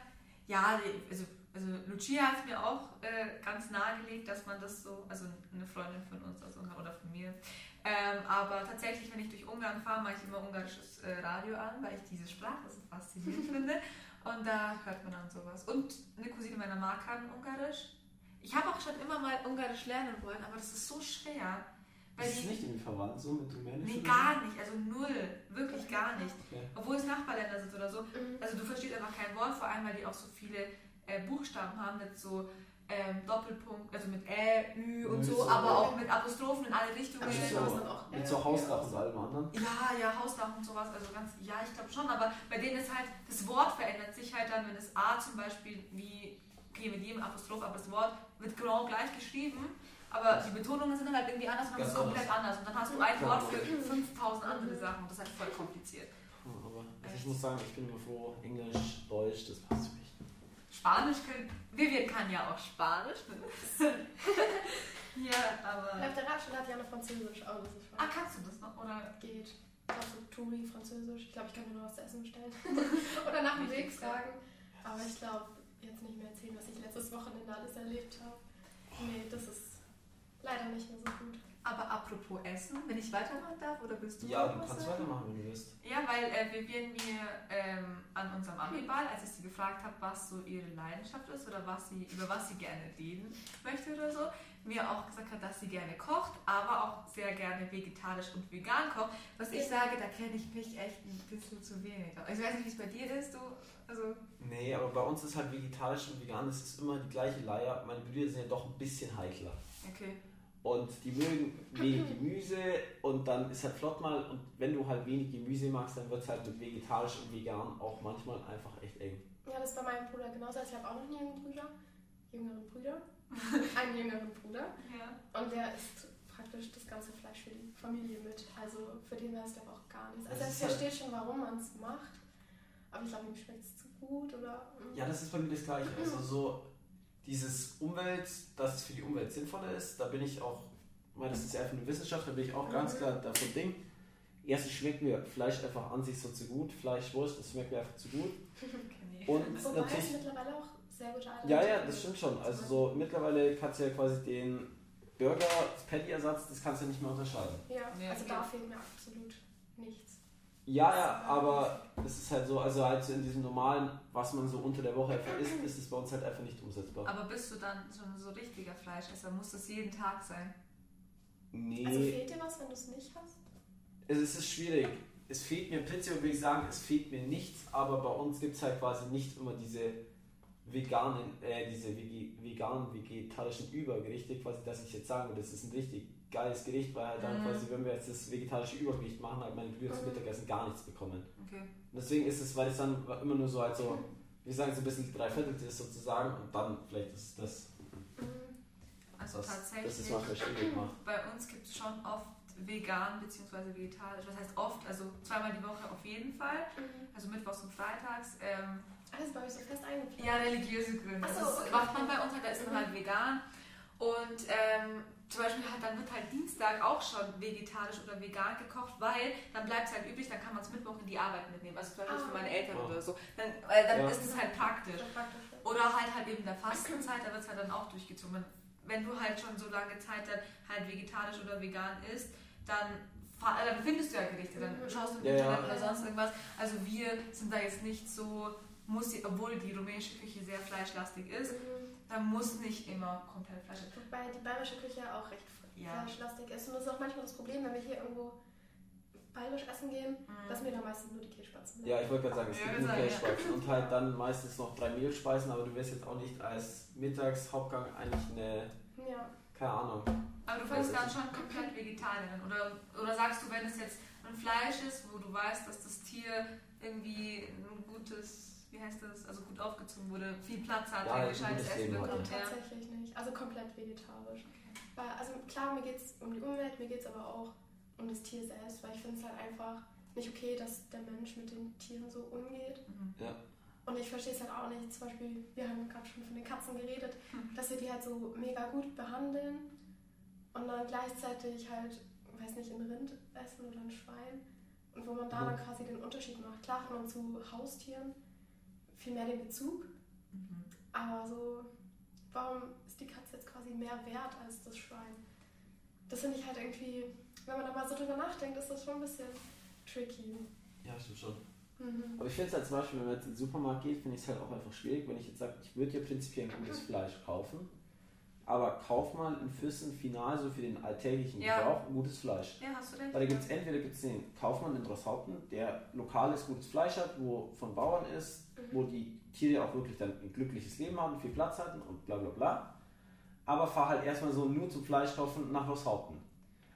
B: Ja, die- also, also Lucia hat mir auch äh, ganz nahegelegt, dass man das so, also eine Freundin von uns aus Ungarn oder von mir. Ähm, aber tatsächlich, wenn ich durch Ungarn fahre, mache ich immer ungarisches äh, Radio an, weil ich diese Sprache so faszinierend finde. Und da hört man dann sowas. Und eine Cousine meiner Ma kann Ungarisch. Ich habe auch schon immer mal Ungarisch lernen wollen, aber das ist so schwer. Weil
A: Ist es
B: die,
A: nicht irgendwie verwandt so mit Rumänisch?
B: nee,
A: oder
B: gar nicht, also null, wirklich gar nicht.
A: so? Okay.
B: Obwohl es Nachbarländer sind oder so, also du verstehst einfach kein Wort, vor allem weil die auch so viele äh, Buchstaben haben mit so ähm, Doppelpunkt, also mit Ä, Ü und
A: Ü,
B: so,
A: so.
B: aber auch mit Apostrophen in alle Richtungen.
C: Aber
A: Ach
C: das
A: so.
C: war es dann auch.
A: Mit so Hausdach und allem anderen?
B: Ja, ja, Hausdach und sowas, also ganz, ja, ich glaube schon, aber bei denen ist halt, das Wort verändert sich halt dann, wenn das A zum Beispiel wie, okay, mit jedem Apostroph, aber das Wort wird genau gleich geschrieben, aber die Betonungen sind dann halt irgendwie anders und dann
A: Ganz Genau.
B: ist es komplett anders. und dann hast du ein
A: Ja.
B: Wort für 5000 andere
C: Mhm.
B: Sachen und das ist halt voll kompliziert.
A: Hm, Aber also ich muss sagen, ich bin immer froh, Englisch, Deutsch, das passt für mich.
B: Spanisch können. Vivian kann ja auch Spanisch, ne? ja, aber.
A: Ah.
C: Auf der Radschule hat Jana Französisch. Oh, das ist voll.
B: Ah, kannst du das noch? Oder?
A: Ah.
C: Geht. Ich glaube, so Turi, Französisch. Ich glaube, ich kann mir noch was zu essen bestellen. Oder nach dem Weg fragen. Aber ich glaube, jetzt nicht mehr erzählen, was ich letztes Wochenende alles erlebt habe. Nee, das ist leider nicht mehr so gut.
B: Aber apropos Essen, wenn ich weitermachen darf, oder bist du?
A: Ja,
B: noch
A: du
B: was
A: kannst
B: sagen?
A: weitermachen, wenn du willst.
B: Ja, weil äh, Vivian mir ähm, an unserem Abiball, als ich sie gefragt habe, was so ihre Leidenschaft ist oder was sie, über was sie gerne reden möchte oder so, mir auch gesagt hat, dass sie gerne kocht, aber auch sehr gerne vegetarisch und vegan kocht. Was ich sage, da kenne ich mich echt ein bisschen zu wenig. aus. Ich weiß nicht, wie es bei dir ist, du. Also,
A: Nee, aber bei uns ist halt vegetarisch und vegan, es ist immer die gleiche Leier. Meine Brüder sind ja doch ein bisschen heikler.
B: okay.
A: Und die mögen wenig Gemüse und dann ist halt flott mal. Und wenn du halt wenig Gemüse magst, dann wird es halt mit vegetarisch und vegan auch manchmal einfach echt eng.
C: Ja, das ist bei meinem Bruder genauso. Also ich habe auch noch einen jüngeren Bruder. Jüngeren Bruder. einen jüngeren Bruder.
B: Ja.
C: Und der isst praktisch das ganze Fleisch für die Familie mit. Also für den wäre es, glaube ich, auch gar nichts. Also
A: Das
C: ich
A: ist halt-
C: verstehe schon, warum man es macht. Aber ich glaube, ihm schmeckt es zu gut oder. mm.
A: Ja, das ist bei mir das Gleiche. Also so dieses Umwelt, dass es für die Umwelt sinnvoller ist, da bin ich auch, weil das ist ja einfach eine Wissenschaft, da bin ich auch ganz klar davon Ding. Erstens schmeckt mir Fleisch einfach an sich so zu gut. Fleischwurst, das schmeckt mir einfach zu gut.
B: Okay.
A: Und
C: Wobei es
A: natürlich.
C: mittlerweile auch sehr gute Alternativen
A: Ja, ja, das
C: gibt.
A: stimmt schon. Also
C: Zum
A: so mittlerweile kannst du ja quasi den Burger-Patty-Ersatz, das kannst du nicht mehr unterscheiden.
C: Ja,
B: Ja,
C: also
B: okay.
C: da fehlt mir absolut nichts.
A: Ja, ja, aber es ist halt so, also halt so in diesem normalen, was man so unter der Woche einfach isst, ist es bei uns halt einfach nicht umsetzbar.
B: Aber bist du dann schon so richtiger Fleischesser? Muss das jeden Tag sein?
C: Also
A: Nee,
C: fehlt dir was, wenn du es nicht hast?
A: es ist es ist schwierig. Es fehlt mir, prinzipiell würde ich sagen, es fehlt mir nichts, aber bei uns gibt es halt quasi nicht immer diese veganen, äh, diese vege- veganen, vegetarischen Übergerichte, quasi, dass ich jetzt sagen würde, das ist ein richtig geiles Gericht, weil halt dann
B: Mhm.
A: quasi, wenn wir jetzt das vegetarische Übergewicht machen, halt meine Brüder zum
C: Mhm.
A: Mittagessen gar nichts bekommen.
B: Okay.
A: Und deswegen ist es, weil es dann immer nur so halt so, wir sagen so ein bisschen dreiviertel ist sozusagen und dann vielleicht ist das,
C: Mhm.
B: Also
A: das,
B: tatsächlich.
A: das ist manchmal schwierig gemacht.
B: bei uns gibt es schon oft vegan bzw. vegetarisch. Was heißt oft? Also zweimal die Woche auf jeden Fall.
C: Mhm.
B: Also mittwochs und freitags. Ähm,
C: Alles bei euch so fest eingeplant.
B: ja, religiöse Gründe.
C: Ach so,
B: das
C: okay.
B: macht man bei uns halt, da ist man
C: Mhm.
B: halt vegan. Und ähm, zum Beispiel hat, dann wird halt Dienstag auch schon vegetarisch oder vegan gekocht, weil dann bleibt es halt übrig, dann kann man es Mittwoch in die Arbeit mitnehmen. Also zum Beispiel
C: Ah.
B: für meine Eltern
A: Ah.
B: oder so. Dann, weil dann
A: Ja.
B: ist es halt praktisch.
C: Oder praktisch.
B: Oder halt halt eben der Fastenzeit, da wird es halt dann auch durchgezogen. Wenn, wenn du halt schon so lange Zeit dann halt vegetarisch oder vegan isst, dann, fa- äh, dann findest du ja Gerichte, dann
C: Mhm.
B: schaust du im
A: Ja, ja.
B: Internet oder sonst irgendwas. Also wir sind da jetzt nicht so, muss die, obwohl die rumänische Küche sehr fleischlastig ist,
C: Mhm.
B: da muss nicht immer komplett Fleisch.
C: Wobei die bayerische Küche ja auch recht
B: Ja.
C: fleischlastig ist. Und das ist auch manchmal das Problem, wenn wir hier irgendwo bayerisch essen gehen,
B: Mhm.
C: dass mir da meistens nur die Kehlspatzen
A: Ja, ich wollte gerade sagen, es
B: Ja,
A: gibt
B: wir
A: nur
B: sagen, ja.
A: Fleischspeisen und halt dann meistens noch drei Mehlspeisen, aber du wirst jetzt auch nicht als Mittagshauptgang eigentlich eine,
C: ja.
A: keine Ahnung.
B: Aber du findest dann schon komplett Vegetarierin. Oder, oder sagst du, wenn es jetzt ein Fleisch ist, wo du weißt, dass das Tier irgendwie ein gutes, wie heißt das, also gut aufgezogen wurde, viel Platz hat,
A: Ja,
B: ein
A: ein
B: gescheites
A: gutes
B: Essen
A: Leben
C: Nee,
B: bekommt. Ja.
C: tatsächlich nicht. Also komplett vegetarisch. Weil, also klar, mir geht es um die Umwelt, mir geht es aber auch um das Tier selbst, weil ich finde es halt einfach nicht okay, dass der Mensch mit den Tieren so umgeht.
B: Mhm.
C: Und ich verstehe es halt auch nicht. Zum Beispiel, wir haben gerade schon von den Katzen geredet,
B: Hm.
C: dass wir die halt so mega gut behandeln und dann gleichzeitig halt, weiß nicht, ein Rind essen oder ein Schwein. Und wo man da
A: Mhm.
C: dann quasi den Unterschied macht. Klar hat man zu Haustieren viel mehr den Bezug,
B: Mhm.
C: aber so, Also, warum ist die Katze jetzt quasi mehr wert als das Schwein? Das finde ich halt irgendwie, wenn man da mal so drüber nachdenkt, ist das schon ein bisschen tricky.
A: Ja, stimmt schon.
C: Mhm.
A: Aber ich finde es halt zum Beispiel, wenn man jetzt in den Supermarkt geht, finde ich es halt auch einfach schwierig, wenn ich jetzt sage, ich würde ja prinzipiell ein
B: Mhm.
A: gutes Fleisch kaufen, aber kauf mal in Füssen final so für den alltäglichen
B: Ja.
A: Gebrauch ein gutes Fleisch.
B: ja, hast du recht.
A: Weil da gibt es entweder gibt's den Kaufmann in Drosshaupten, der lokales gutes Fleisch hat, wo von Bauern ist, wo die Tiere auch wirklich dann ein glückliches Leben haben, viel Platz hatten und bla bla bla. Aber fahr halt erstmal so nur zum Fleischkaufen nach Drosshaupten.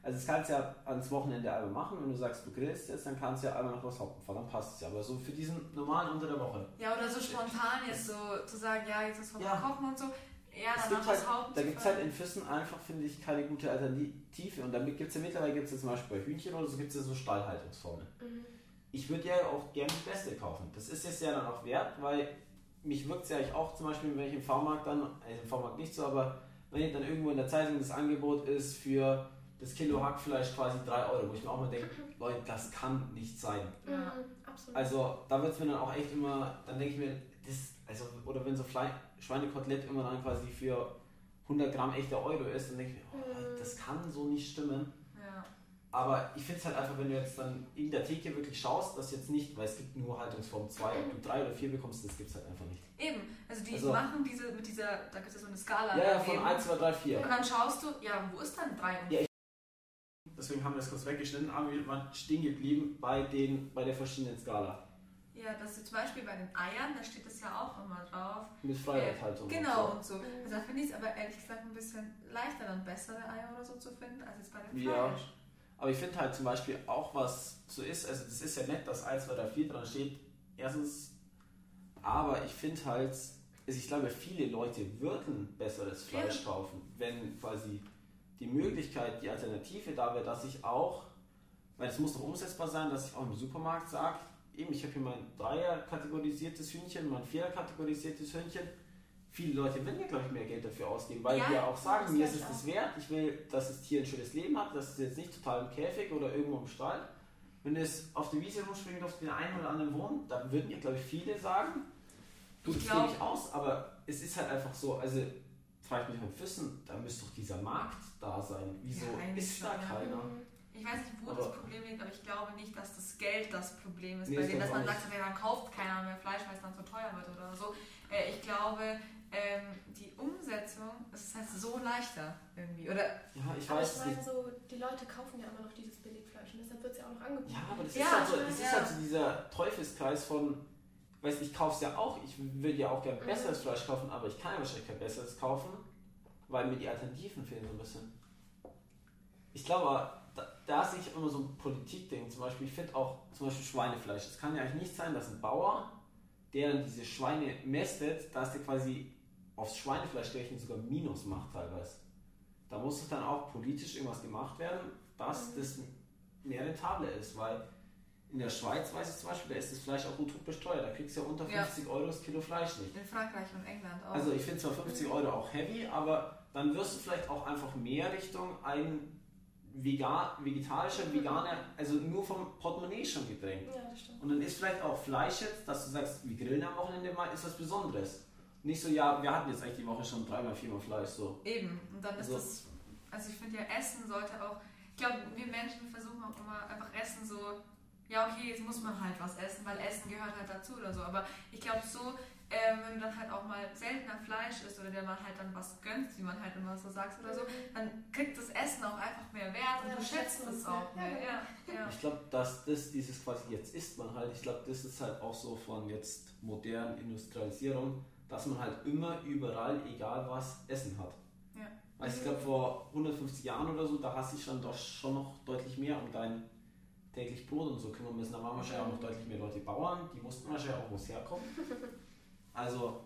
A: Also das kannst du ja ans Wochenende einmal machen, wenn du sagst, du grillst jetzt, dann kannst du ja einmal nach Drosshaupten fahren, dann passt es ja. Aber so für diesen normalen unter der Woche.
B: ja, oder so spontan jetzt so zu sagen, ja, jetzt ist
A: Ja.
B: vorbei kochen und so. Ja,
A: Es
B: danach
A: gibt halt,
B: das Haupt.
A: da gibt es halt in Füssen einfach, finde ich, keine gute Alternative. Und damit gibt es ja mittlerweile, gibt es ja zum Beispiel bei Hühnchen oder so, gibt es ja so Stallhaltungsformen.
C: Mhm.
A: ich würde ja auch gerne das Beste kaufen. Das ist es ja dann auch wert, weil mich wirkt es ja eigentlich auch zum Beispiel, wenn ich im V-Markt dann, also im V-Markt nicht so, aber wenn ich dann irgendwo in der Zeitung das Angebot ist für das Kilo Hackfleisch quasi 3 Euro, wo ich mir auch mal denke, Leute, das kann nicht sein.
B: Ja.
C: Mhm. Absolut.
A: Also da wird es mir dann auch echt immer, dann denke ich mir, das, also, oder wenn so Fle Schweinekotelett immer dann quasi für 100 Gramm echter Euro ist, dann denke ich mir, oh, Leute, das kann so nicht stimmen.
B: Ja.
A: Aber ich finde es halt einfach, wenn du jetzt dann in der Theke wirklich schaust, das jetzt nicht, weil es gibt nur Haltungsform 2. Ob du 3 oder 4 bekommst, das gibt es halt einfach nicht.
B: Eben. Also die
A: Also-
B: machen diese mit dieser, da gibt es ja so eine Skala.
A: Ja, ja,
B: daneben.
A: von 1, 2, 3, 4.
B: Und dann schaust du, ja, wo ist dann 3 und
A: Ja, Deswegen haben wir das kurz weggeschnitten, aber wir waren stehen geblieben bei, den, bei der verschiedenen Skala.
B: Ja, das ist zum Beispiel bei den Eiern, da steht das ja auch immer drauf.
A: Mit Freiheithaltung. und
B: Genau
A: so.
B: und so. Also da finde ich es aber ehrlich gesagt ein bisschen leichter, dann bessere Eier oder so zu finden, als jetzt bei dem
A: Ja.
B: Fleisch.
A: Aber ich finde halt zum Beispiel auch, was so ist, also das ist ja nett, dass 1, 2, 3, 4 dran steht. Erstens, aber ich finde halt, also ich glaube, viele Leute würden besseres Fleisch kaufen, wenn quasi die Möglichkeit, die Alternative da wäre, dass ich auch, weil es muss doch umsetzbar sein, dass ich auch im Supermarkt sage, eben, ich habe hier mein Dreier-kategorisiertes Hühnchen, mein Vierer-kategorisiertes Hühnchen. Viele Leute würden ja, glaube ich, mehr Geld dafür ausgeben, weil
B: Ja,
A: wir auch sagen,
C: das
A: mir
C: glaub
A: ist es
C: ich
A: das wert, ich will, dass das Tier ein schönes Leben hat, dass es jetzt nicht total im Käfig oder irgendwo im Stall wenn es auf der Wiese rumspringt, auf den einen oder anderen Wurm, dann würden ja, glaube ich, viele sagen, du
B: Ich
A: das
B: glaub-
A: nehme ich aus, aber es ist halt einfach so, also frage ich mich beim Füssen, da müsste doch dieser Markt da sein. Wieso
B: Ja, eigentlich
A: ist da
B: schon, ja.
C: Mhm.
A: keiner?
B: Ich weiß nicht, wo
A: Aber-
B: das Problem liegt, aber ich glaube nicht, dass das Geld das Problem ist.
A: Nee,
B: bei
A: das
B: dem, dass
A: glaub
B: man
A: ich auch
B: sagt, ja, dann kauft keiner mehr Fleisch, weil es dann zu teuer wird oder so. Äh, Ich glaube, ähm, die Umsetzung es ist halt so leichter irgendwie. Oder
A: Ja, ich
C: Aber
A: weiß
C: ich
A: es nicht.
C: meine so, die Leute kaufen ja immer noch dieses Billigfleisch und deshalb wird es ja auch noch angeboten.
A: Ja, aber das
B: Ja,
A: ist halt so,
B: ich
A: das
B: weiß,
A: ist
B: ja.
A: halt so dieser Teufelskreis von, weiß nicht, ich kauf's ja auch, ich würde ja auch gerne
C: Mhm.
A: besseres Fleisch kaufen, aber ich kann ja wahrscheinlich kein besseres kaufen, weil mir die Alternativen fehlen so ein bisschen. Ich glaube, da, da sehe ich immer so ein Politikding. Zum Beispiel, ich finde auch zum Beispiel Schweinefleisch. Es kann ja eigentlich nicht sein, dass ein Bauer, der dann diese Schweine mästet, dass der quasi aufs Schweinefleisch gerechnet sogar Minus macht teilweise. Da muss doch dann auch politisch irgendwas gemacht werden, dass
C: Mhm.
A: das mehr rentabler ist, weil in der Schweiz weiß ich zum Beispiel, da ist das Fleisch auch utopisch teuer. Da kriegst du ja unter
B: Ja.
A: 50 Euro das Kilo Fleisch nicht.
B: in Frankreich und England auch.
A: Also ich finde zwar 50 Euro auch heavy, aber dann wirst du vielleicht auch einfach mehr Richtung ein vegan, vegetarischer, veganer, also nur vom Portemonnaie schon gedrängt.
C: Ja, das stimmt.
A: Und dann ist vielleicht auch Fleisch jetzt, dass du sagst, wir grillen am Wochenende mal, ist was Besonderes. Nicht so, ja, wir hatten jetzt eigentlich die Woche schon dreimal, viermal Fleisch, so.
B: Eben, und dann ist
A: So.
B: das, also ich finde ja, Essen sollte auch, ich glaube, wir Menschen versuchen auch immer einfach Essen so, ja okay, jetzt muss man halt was essen, weil Essen gehört halt dazu oder so, aber ich glaube so, ähm, wenn du dann halt auch mal seltener Fleisch isst oder der man halt dann was gönnt, wie man halt immer so sagt oder so, dann kriegt das Essen auch einfach mehr Wert und
C: Ja,
B: du
C: das
B: schätzt
C: schätzt
B: es
C: man
B: auch
C: mehr.
B: mehr. Ja, ja.
A: Ich glaube, dass das dieses quasi jetzt isst man halt, ich glaube, das ist halt auch so von jetzt modernen Industrialisierung, dass man halt immer überall, egal was, Essen hat.
B: Ja.
A: Also ich glaube, vor 150 Jahren oder so, da hast du dich schon doch schon noch deutlich mehr um dein täglich Brot und so kümmern müssen. Da waren wahrscheinlich auch noch deutlich mehr Leute Bauern, die mussten wahrscheinlich auch wo es herkommen. Also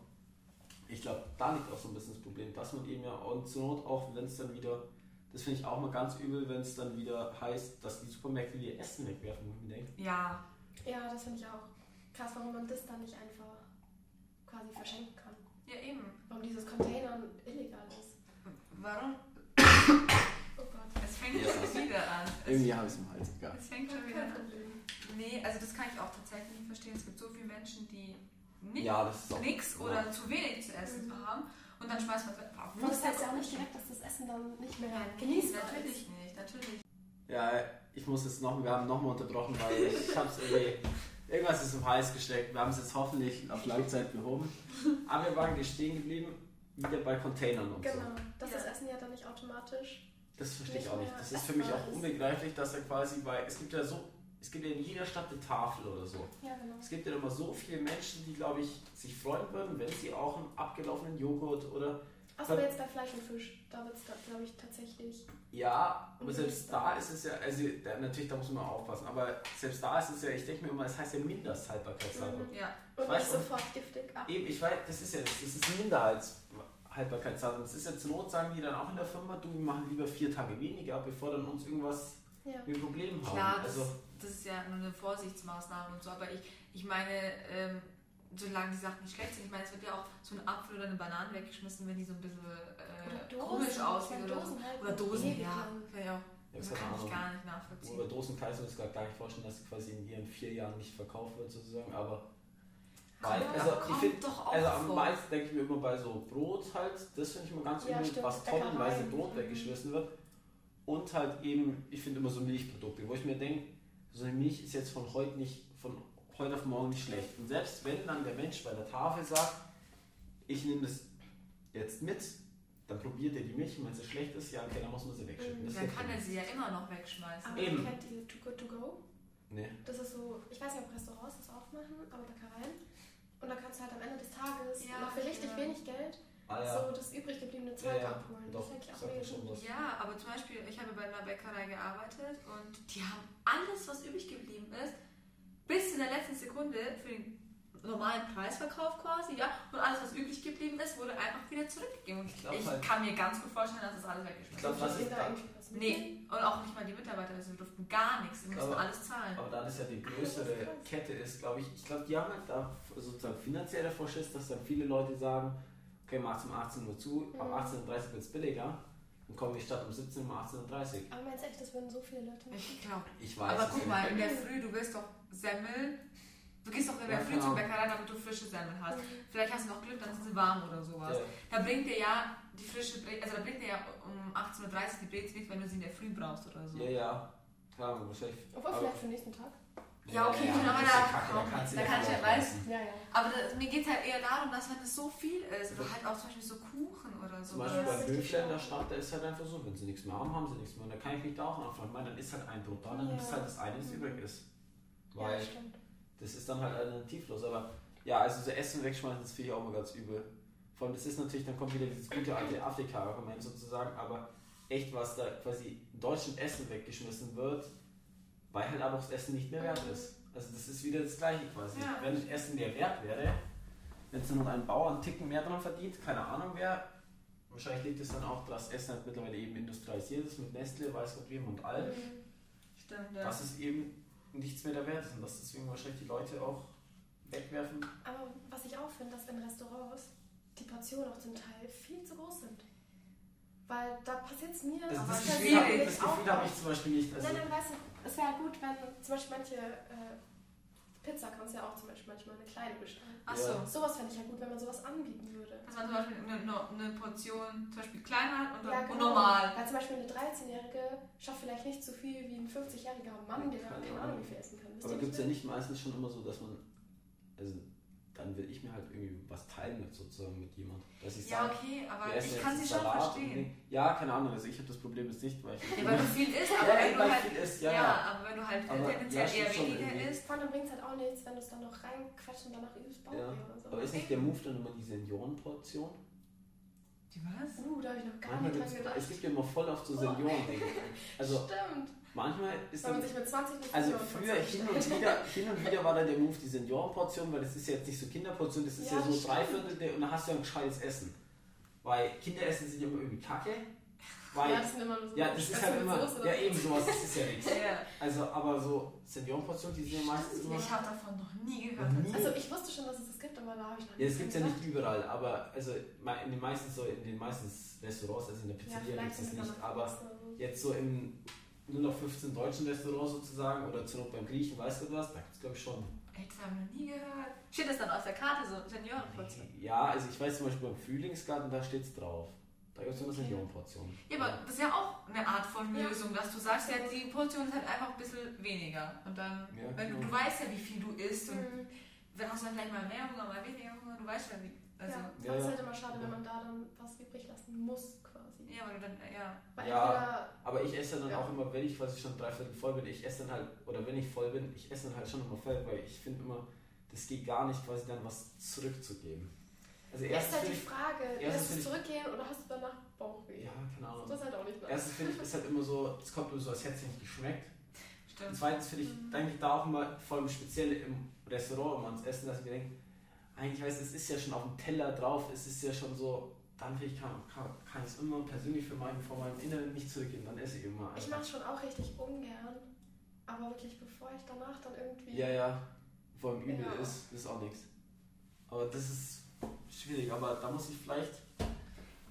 A: ich glaube, da liegt auch so ein bisschen das Problem, dass man eben ja und zur Not auch, wenn es dann wieder, das finde ich auch mal ganz übel, wenn es dann wieder heißt, dass die Supermärkte ihr Essen wegwerfen, wo ich mir denke,
B: ja,
C: Ja, das finde ich auch krass, warum man das dann nicht einfach quasi verschenken kann.
B: ja eben.
C: Warum dieses Container illegal ist.
B: Warum?
C: Oh Gott.
B: Es fängt
A: Ja.
B: schon wieder an. Es,
A: irgendwie habe ich es im Hals, egal.
B: es fängt schon wieder
C: Kein
B: an.
C: Problem.
B: Nee, also das kann ich auch tatsächlich nicht verstehen. Es gibt so viele Menschen, die nicht
A: Ja, das ist auch.
B: nichts oder zu wenig zu essen
C: Mhm.
B: haben und dann schmeißt man es weg. Warum
C: Und das
B: ist der
C: heißt ja auch nicht
B: Grund?
C: direkt, dass das Essen dann nicht mehr
B: Nein,
C: genießt wird.
B: Natürlich nicht, natürlich.
A: Ja, ich muss jetzt noch, wir haben nochmal unterbrochen, weil ich habe es irgendwie, irgendwas ist im Hals gesteckt. Wir haben es jetzt hoffentlich auf Langzeit behoben. Aber wir waren stehen geblieben, wieder bei Containern und so.
C: Genau, dass
B: Ja.
C: das Essen ja dann nicht automatisch.
A: Das verstehe ich
C: Nicht
A: auch nicht.
C: mehr
A: Das ist für mich auch
C: essbar ist.
A: unbegreiflich, dass er quasi bei, es gibt ja so, es gibt ja in jeder Stadt eine Tafel oder so.
B: Mhm.
C: Ja, genau.
A: Es gibt ja immer so viele Menschen, die, glaube ich, sich freuen würden, wenn sie auch einen abgelaufenen Joghurt oder.
C: Außer jetzt bei Fleisch und Fisch, da wird es, glaube ich, tatsächlich.
A: Ja,
B: Mhm.
A: aber selbst da ist es ja, also da, natürlich, da muss man auch aufpassen, aber selbst da ist es ja, ich denke mir immer, es heißt ja Mindesthaltbarkeitsdatum.
C: Mhm.
B: Ja,
C: Und
A: Fleisch
C: nicht
A: und-
C: sofort giftig ab.
A: Eben, ich weiß, das ist ja, das ist ein Minderhaltbarkeitsdatum. Das ist ja zur Not, sagen die dann auch in der Firma, du, wir machen lieber vier Tage weniger, bevor dann uns irgendwas,
C: Ja.
A: wir ein Problem haben.
B: klar, das,
A: also,
B: das ist ja nur eine Vorsichtsmaßnahme und so, aber ich, ich meine, ähm, solange die Sachen nicht schlecht sind, ich meine, es wird ja auch so ein Apfel oder eine Banane weggeschmissen, wenn die so ein bisschen
C: Oder
B: äh,
C: Dosen,
B: komisch aussehen
C: wenn
B: oder so.
C: Dosen halten
B: Oder Dosen,
C: ewig
B: ja.
C: lang.
B: ja, ja.
A: ja,
B: Das
A: keine
B: kann ich
A: Ahnung.
B: gar nicht nachvollziehen.
A: Oder Dosen kann ich mir das gar- gar nicht vorstellen, dass quasi in ihren vier Jahren nicht verkauft wird, sozusagen. Aber weil,
B: Kommt-
A: also, ich
B: kommt
A: find,
B: doch auch
A: also am
B: vor.
A: meisten denke ich mir immer bei so Brot halt, das finde ich immer ganz
C: Ja,
A: übel,
C: stimmt,
A: was tonnenweise
C: Bäckereien.
A: Brot
C: Mhm.
A: weggeschmissen wird. Und halt eben, ich finde immer so Milchprodukte, wo ich mir denke, so eine Milch ist jetzt von heute nicht, von heute auf morgen nicht schlecht. Und selbst wenn dann der Mensch bei der Tafel sagt, ich nehme das jetzt mit, dann probiert er die Milch und wenn sie schlecht ist, ja, okay, dann muss man sie wegschütten.
C: Mhm,
A: Das
B: Dann
A: hilft
B: kann
A: ja
B: er
A: nicht.
B: sie ja immer noch wegschmeißen.
C: Aber
A: Eben.
C: ihr kennt diese Too Good To Go.
A: Nee.
C: Das ist so, ich weiß nicht, ob Restaurants das auch machen, aber Bäckereien. Und da kannst du halt am Ende des Tages
B: Ja,
C: noch für richtig
B: ja.
C: wenig Geld
A: Ah, ja.
C: so das übrig gebliebene Zeug
A: ja,
C: abholen.
A: Doch,
C: das ist
A: sagt mir
C: eigentlich auch
A: schon
C: mega
A: was.
B: Ja, aber zum Beispiel, ich habe bei einer Bäckerei gearbeitet und die haben alles, was übrig geblieben ist, bis in der letzten Sekunde für den normalen Preisverkauf quasi, ja. Und alles, was übrig geblieben ist, wurde einfach wieder zurückgegeben. Und ich,
A: glaub halt-
B: kann mir ganz gut vorstellen, dass das alles
A: Ich
B: weggeschmissen
A: glaub,
B: wird.
A: was
C: Steht
A: ist
C: da
A: da-
C: eigentlich was mit?
B: Nee, und auch nicht mal die Mitarbeiter, also wir durften gar nichts, wir mussten
A: Aber-
B: alles zahlen.
A: Aber da das ja die größere
C: Ah, das ist krass.
A: Kette ist, glaube ich, ich glaube, die haben halt da sozusagen finanziell davor Schiss, dass dann viele Leute sagen, okay, mach zum 18 Uhr zu, ab
C: Mhm.
A: 18.30 Uhr wird es billiger. Dann komme ich statt um 17 um 18.30 Uhr.
C: Aber meinst du echt, das würden so viele Leute machen?
B: Ich glaube.
A: Ich weiß
B: Aber
A: es
B: guck
A: nicht.
B: mal, in der Früh, du willst doch Semmeln. Du gehst doch in der
A: Ja,
B: Früh
A: genau.
B: zum Bäcker rein, damit du frische Semmeln hast. Vielleicht hast du noch Glück, dann sind sie warm oder sowas.
A: Ja.
B: Da bringt dir ja die frische Brez, also da bringt dir ja um 18.30 Uhr die Brez mit, wenn du sie in der Früh brauchst oder so.
A: Ja, ja. Keine Ahnung, wahrscheinlich.
C: Obwohl,
A: aber-
C: vielleicht für den nächsten Tag.
B: Ja, okay, genau,
A: das ist
B: da-
A: ja Kacke, da kannst du
B: da
A: nicht
B: kannst du ja
A: drauf
B: weiß-
A: lassen.
C: Ja, ja.
B: Aber das, mir geht halt eher darum, dass wenn es so viel ist, oder halt auch zum Beispiel so Kuchen oder
A: Zum
B: sowas.
A: Beispiel
C: Ja,
A: bei
C: richtig.
A: Höfler in der Stadt, da ist halt einfach so, wenn sie nichts mehr haben, haben sie nichts mehr. Und da kann ich mich da auch anfangen. Ich meine, dann ist halt ein Brot da, dann
C: Ja.
A: ist halt das eine, das
C: Mhm.
A: übrig ist.
C: Ja,
A: Weil
C: stimmt.
A: das ist dann halt alternativlos. Aber ja, also so Essen wegschmeißen, das finde ich auch immer ganz übel. Vor allem, das ist natürlich, dann kommt wieder dieses gute alte Afrika-Argument sozusagen, aber echt, was da quasi in Deutschland Essen weggeschmissen wird, weil halt aber auch das Essen nicht mehr wert ist. Also das ist wieder das Gleiche quasi.
B: Ja.
A: Wenn das Essen mehr wert wäre, wenn es nur ein Bauer einen Ticken mehr dran verdient, keine Ahnung wer, wahrscheinlich liegt es dann auch, dass Essen halt mittlerweile eben industrialisiert ist mit Nestle, weiß Gott wem und allem
C: Mhm.
B: Stimmt, ja.
A: dass es eben nichts mehr der Wert ist und dass deswegen wahrscheinlich die Leute auch wegwerfen.
C: Aber was ich auch finde, dass in Restaurants die Portionen auch zum Teil viel zu groß sind. Weil da passiert es mir
A: Also
B: aber
A: das,
B: das
A: Gefühl, hab-
B: will
C: persönlich
A: das
C: auch
A: Gefühl habe ich zum Beispiel nicht. Also,
C: nein, nein, weißt du, es wäre gut, wenn zum Beispiel manche äh, Pizza kannst du ja auch zum Beispiel manchmal eine kleine bestellen.
B: Achso.
A: Ja.
C: Sowas fände ich ja gut, wenn man sowas anbieten würde.
B: Dass man zum Beispiel eine, eine, eine Portion zum Beispiel klein hat und, dann
C: Ja, genau.
B: und normal.
C: Weil zum Beispiel eine 13-Jährige schafft vielleicht nicht so viel wie ein 50-jähriger Mann, der keine Ahnung wie viel essen kann. Wisst
A: aber
C: ihr,
A: gibt es
C: was ich
A: ja nicht meistens schon immer so, dass man, also dann will ich mir halt irgendwie was teilen mit sozusagen mit jemandem, dass ich
B: Ja,
A: sage,
B: okay, aber
A: wir essen
B: ich
A: jetzt
B: kann
A: einen
B: sie schon
A: Salat und
B: verstehen.
A: Ding. Ja, keine Ahnung, also ich habe das Problem jetzt nicht, weil ich
B: Ja, weil du viel isst, aber
A: Ja,
B: wenn du
A: weil
B: halt.
A: viel isst,
B: ja,
A: ja,
B: aber wenn du halt
A: Aber-
B: tendenziell
A: ja,
B: eher
A: stimmt schon
B: weniger
A: irgendwie.
B: isst.
C: Vor allem bringt es halt auch nichts, wenn du es dann noch reinquetscht und danach übelst Bauchweh
A: Ja.
C: oder so.
A: Aber ist nicht der Move dann immer die Seniorenportion?
B: Die was?
C: Uh, da habe ich noch gar
A: Manchmal
C: nicht
A: gibt's,
C: dran gedacht.
A: es gibt ja immer voll auf so
C: Oh.
A: Senioren-Dinge. Also
C: Stimmt.
A: manchmal ist
C: Wenn
A: dann
C: man sich mit 20 nicht
A: Also
C: so
A: früher hin
C: verstellt.
A: und, wieder, hin und wieder war da der Move die Seniorenportion, weil das ist ja jetzt nicht so Kinderportion, das ist ja,
C: Ja, das
A: so drei
C: stimmt.
A: Viertel der, und dann hast du ja ein gescheites Essen. Weil Kinderessen sind ja immer irgendwie kacke. Weil,
C: Ja,
A: ja,
C: das sind immer nur so.
A: das ist
C: Essen
A: halt
C: mit
A: immer,
C: Soße oder
A: ja
C: so.
A: eben sowas, das ist ja nichts.
B: Ja.
A: Also, aber so Seniorenportionen, die sind ja meistens immer.
B: Ich habe davon noch nie gehört.
A: Noch nie?
C: Also ich wusste schon, dass es das gibt, aber da habe ich noch
A: Ja, das
C: dran
A: gibt es ja nicht
C: gedacht.
A: überall, aber also me- in den meisten, so, in den meisten Restaurants, also in der
C: Ja,
A: Pizzeria
C: vielleicht
A: gibt es
C: sind
A: nicht,
C: noch
A: aber
C: Essen.
A: jetzt so im nur noch 15 deutschen Restaurants sozusagen oder zur Not beim Griechen, weißt du was, da gibt es glaube ich schon.
B: Ey, das haben wir noch nie gehört. Steht das dann auf der Karte, so Seniorenportion?
A: Ja, also ich weiß zum Beispiel beim Frühlingsgarten, da steht's drauf. Da gibt es immer
C: Okay.
A: Seniorenportionen.
B: Ja, aber das ist ja auch eine Art von
C: Ja.
B: Lösung, dass du sagst, ja, die Portion ist halt einfach ein bisschen weniger. Und dann,
A: Ja,
B: wenn du,
A: genau.
B: du weißt ja, wie viel du isst und
C: Mhm.
B: dann hast du dann vielleicht mal mehr Hunger, mal weniger Hunger, du weißt ja, wie. Also,
C: ja,
A: Ja,
C: aber es ist
A: ja.
C: halt immer schade, wenn man da dann was übrig lassen muss, quasi.
B: ja, weil du dann, ja.
C: Weil
A: Ja.
C: entweder-
A: Aber ich esse dann
C: Ja.
A: auch immer, wenn ich quasi schon dreiviertel voll bin, ich esse dann halt, oder wenn ich voll bin, ich esse dann halt schon immer voll, weil ich finde immer, das geht gar nicht, quasi dann was zurückzugeben. Also
C: ja, ist
A: erstens
C: halt die
A: finde ich,
C: Frage,
A: erstens
C: lässt du
A: finde
C: es
A: ich-
C: zurückgehen oder hast du danach Bauchweh?
A: ja, keine
C: Das
A: Ahnung.
C: ist halt auch nicht nice.
A: Erstens finde ich, ist halt immer so, es kommt immer so, als hätte es nicht geschmeckt. Und
B: Stimmt.
A: zweitens finde ich,
C: Mhm.
A: denke ich da auch immer, vor allem speziell im Restaurant immer ans Essen, dass ich mir denke, eigentlich weiß ich, es ist ja schon auf dem Teller drauf, es ist ja schon so, dann finde ich, kann, kann, kann ich es immer persönlich für meinen, vor meinem Inneren nicht zurückgeben, dann esse ich immer
C: Ich
A: einfach.
C: mache schon auch richtig ungern, aber wirklich bevor ich danach dann irgendwie.
A: ja, ja, vor allem übel
C: Ja.
A: ist, ist auch nichts. Aber das ist schwierig, aber da muss ich vielleicht,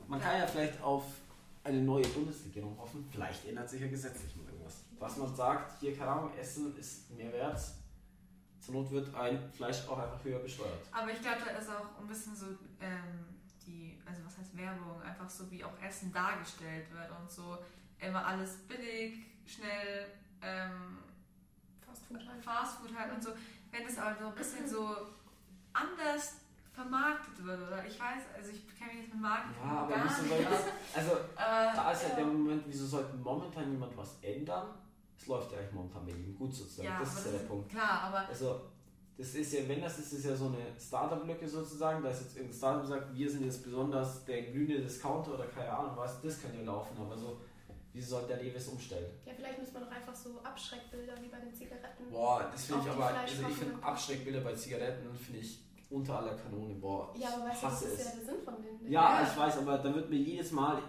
A: man kann ja vielleicht auf eine neue Bundesregierung hoffen, vielleicht ändert sich ja gesetzlich mal irgendwas. Was man sagt, hier, keine Ahnung, Essen ist mehr wert, zur Not wird ein Fleisch auch einfach höher besteuert.
B: Aber ich glaube, da ist auch ein bisschen so ähm, die, also was heißt Werbung, einfach so wie auch Essen dargestellt wird und so immer alles billig, schnell, ähm,
C: Fast Food halt.
B: Fast Food halt und so. Wenn es aber so ein bisschen so anders vermarktet wird, oder ich weiß, also ich kenne mich jetzt mit Marketing
A: Ja, aber
B: gar
A: wieso
B: nicht. Äh,
A: soll das? Also,
B: Aber
A: da ist ja
C: Ja.
A: der Moment, wieso sollte momentan jemand was ändern? Es läuft ja eigentlich momentan bei ihm gut sozusagen.
B: ja,
A: das
B: aber
A: ist ja der Punkt.
B: Klar, aber
A: Also, das ist ja, wenn das ist, ist ja so eine Startup-Lücke sozusagen, dass jetzt irgendein Startup sagt, wir sind jetzt besonders der grüne Discounter oder keine Ahnung was, das kann ja laufen, aber so, wieso sollte der Levis umstellen?
C: Ja, vielleicht müsste man doch einfach so Abschreckbilder wie bei den Zigaretten.
A: Boah, das finde
C: Auf
A: ich
C: die
A: aber, also ich
C: Fleischpackung.
A: finde Abschreckbilder bei Zigaretten, finde ich unter aller Kanone, boah, ich
C: Ja, aber weißt du, das
A: hasse
C: ist
A: es.
C: ja der Sinn von denen.
A: Ja,
B: Ja.
A: ich weiß, aber da wird mir jedes Mal,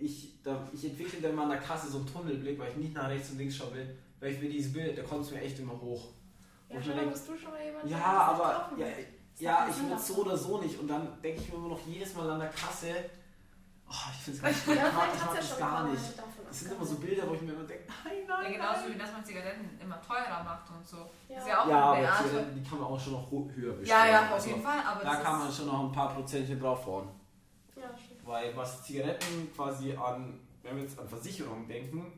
A: ich, da, ich entwickle dann mal an der Kasse so einen Tunnelblick, weil ich nicht nach rechts und links schauen will, weil ich mir dieses Bild, da kommt es mir echt immer hoch.
C: Ja,
A: Und
C: schon
A: dann
C: mal
A: denk-
C: bist du schon mal jemand,
A: Ja,
C: der das nicht
A: aber
C: kaufen
A: ja,
C: will. Das
A: ja
C: hat
A: ich
C: keinen
A: will
C: Sinn
A: so oder so nicht und dann denke ich mir immer noch jedes Mal an der Kasse, Oh, ich finde es ganz schlimm. ich mag, ich mag das gar nicht. Das sind immer so Bilder, wo ich mir immer denke, nein,
B: Ja,
A: nein,
B: genauso
A: nein.
B: wie dass man Zigaretten immer teurer macht und so.
C: Ja.
B: Ist ja auch
A: Ja, aber
B: eine Art.
A: die- die kann man auch schon noch ho- höher bestellen.
B: Ja, ja, auf
A: Also,
B: jeden Fall. Aber
A: Da
B: das
A: kann
B: ist-
A: man schon noch ein paar Prozentchen draufhauen.
C: Ja, stimmt.
A: Weil was Zigaretten quasi an, wenn wir jetzt an Versicherungen denken,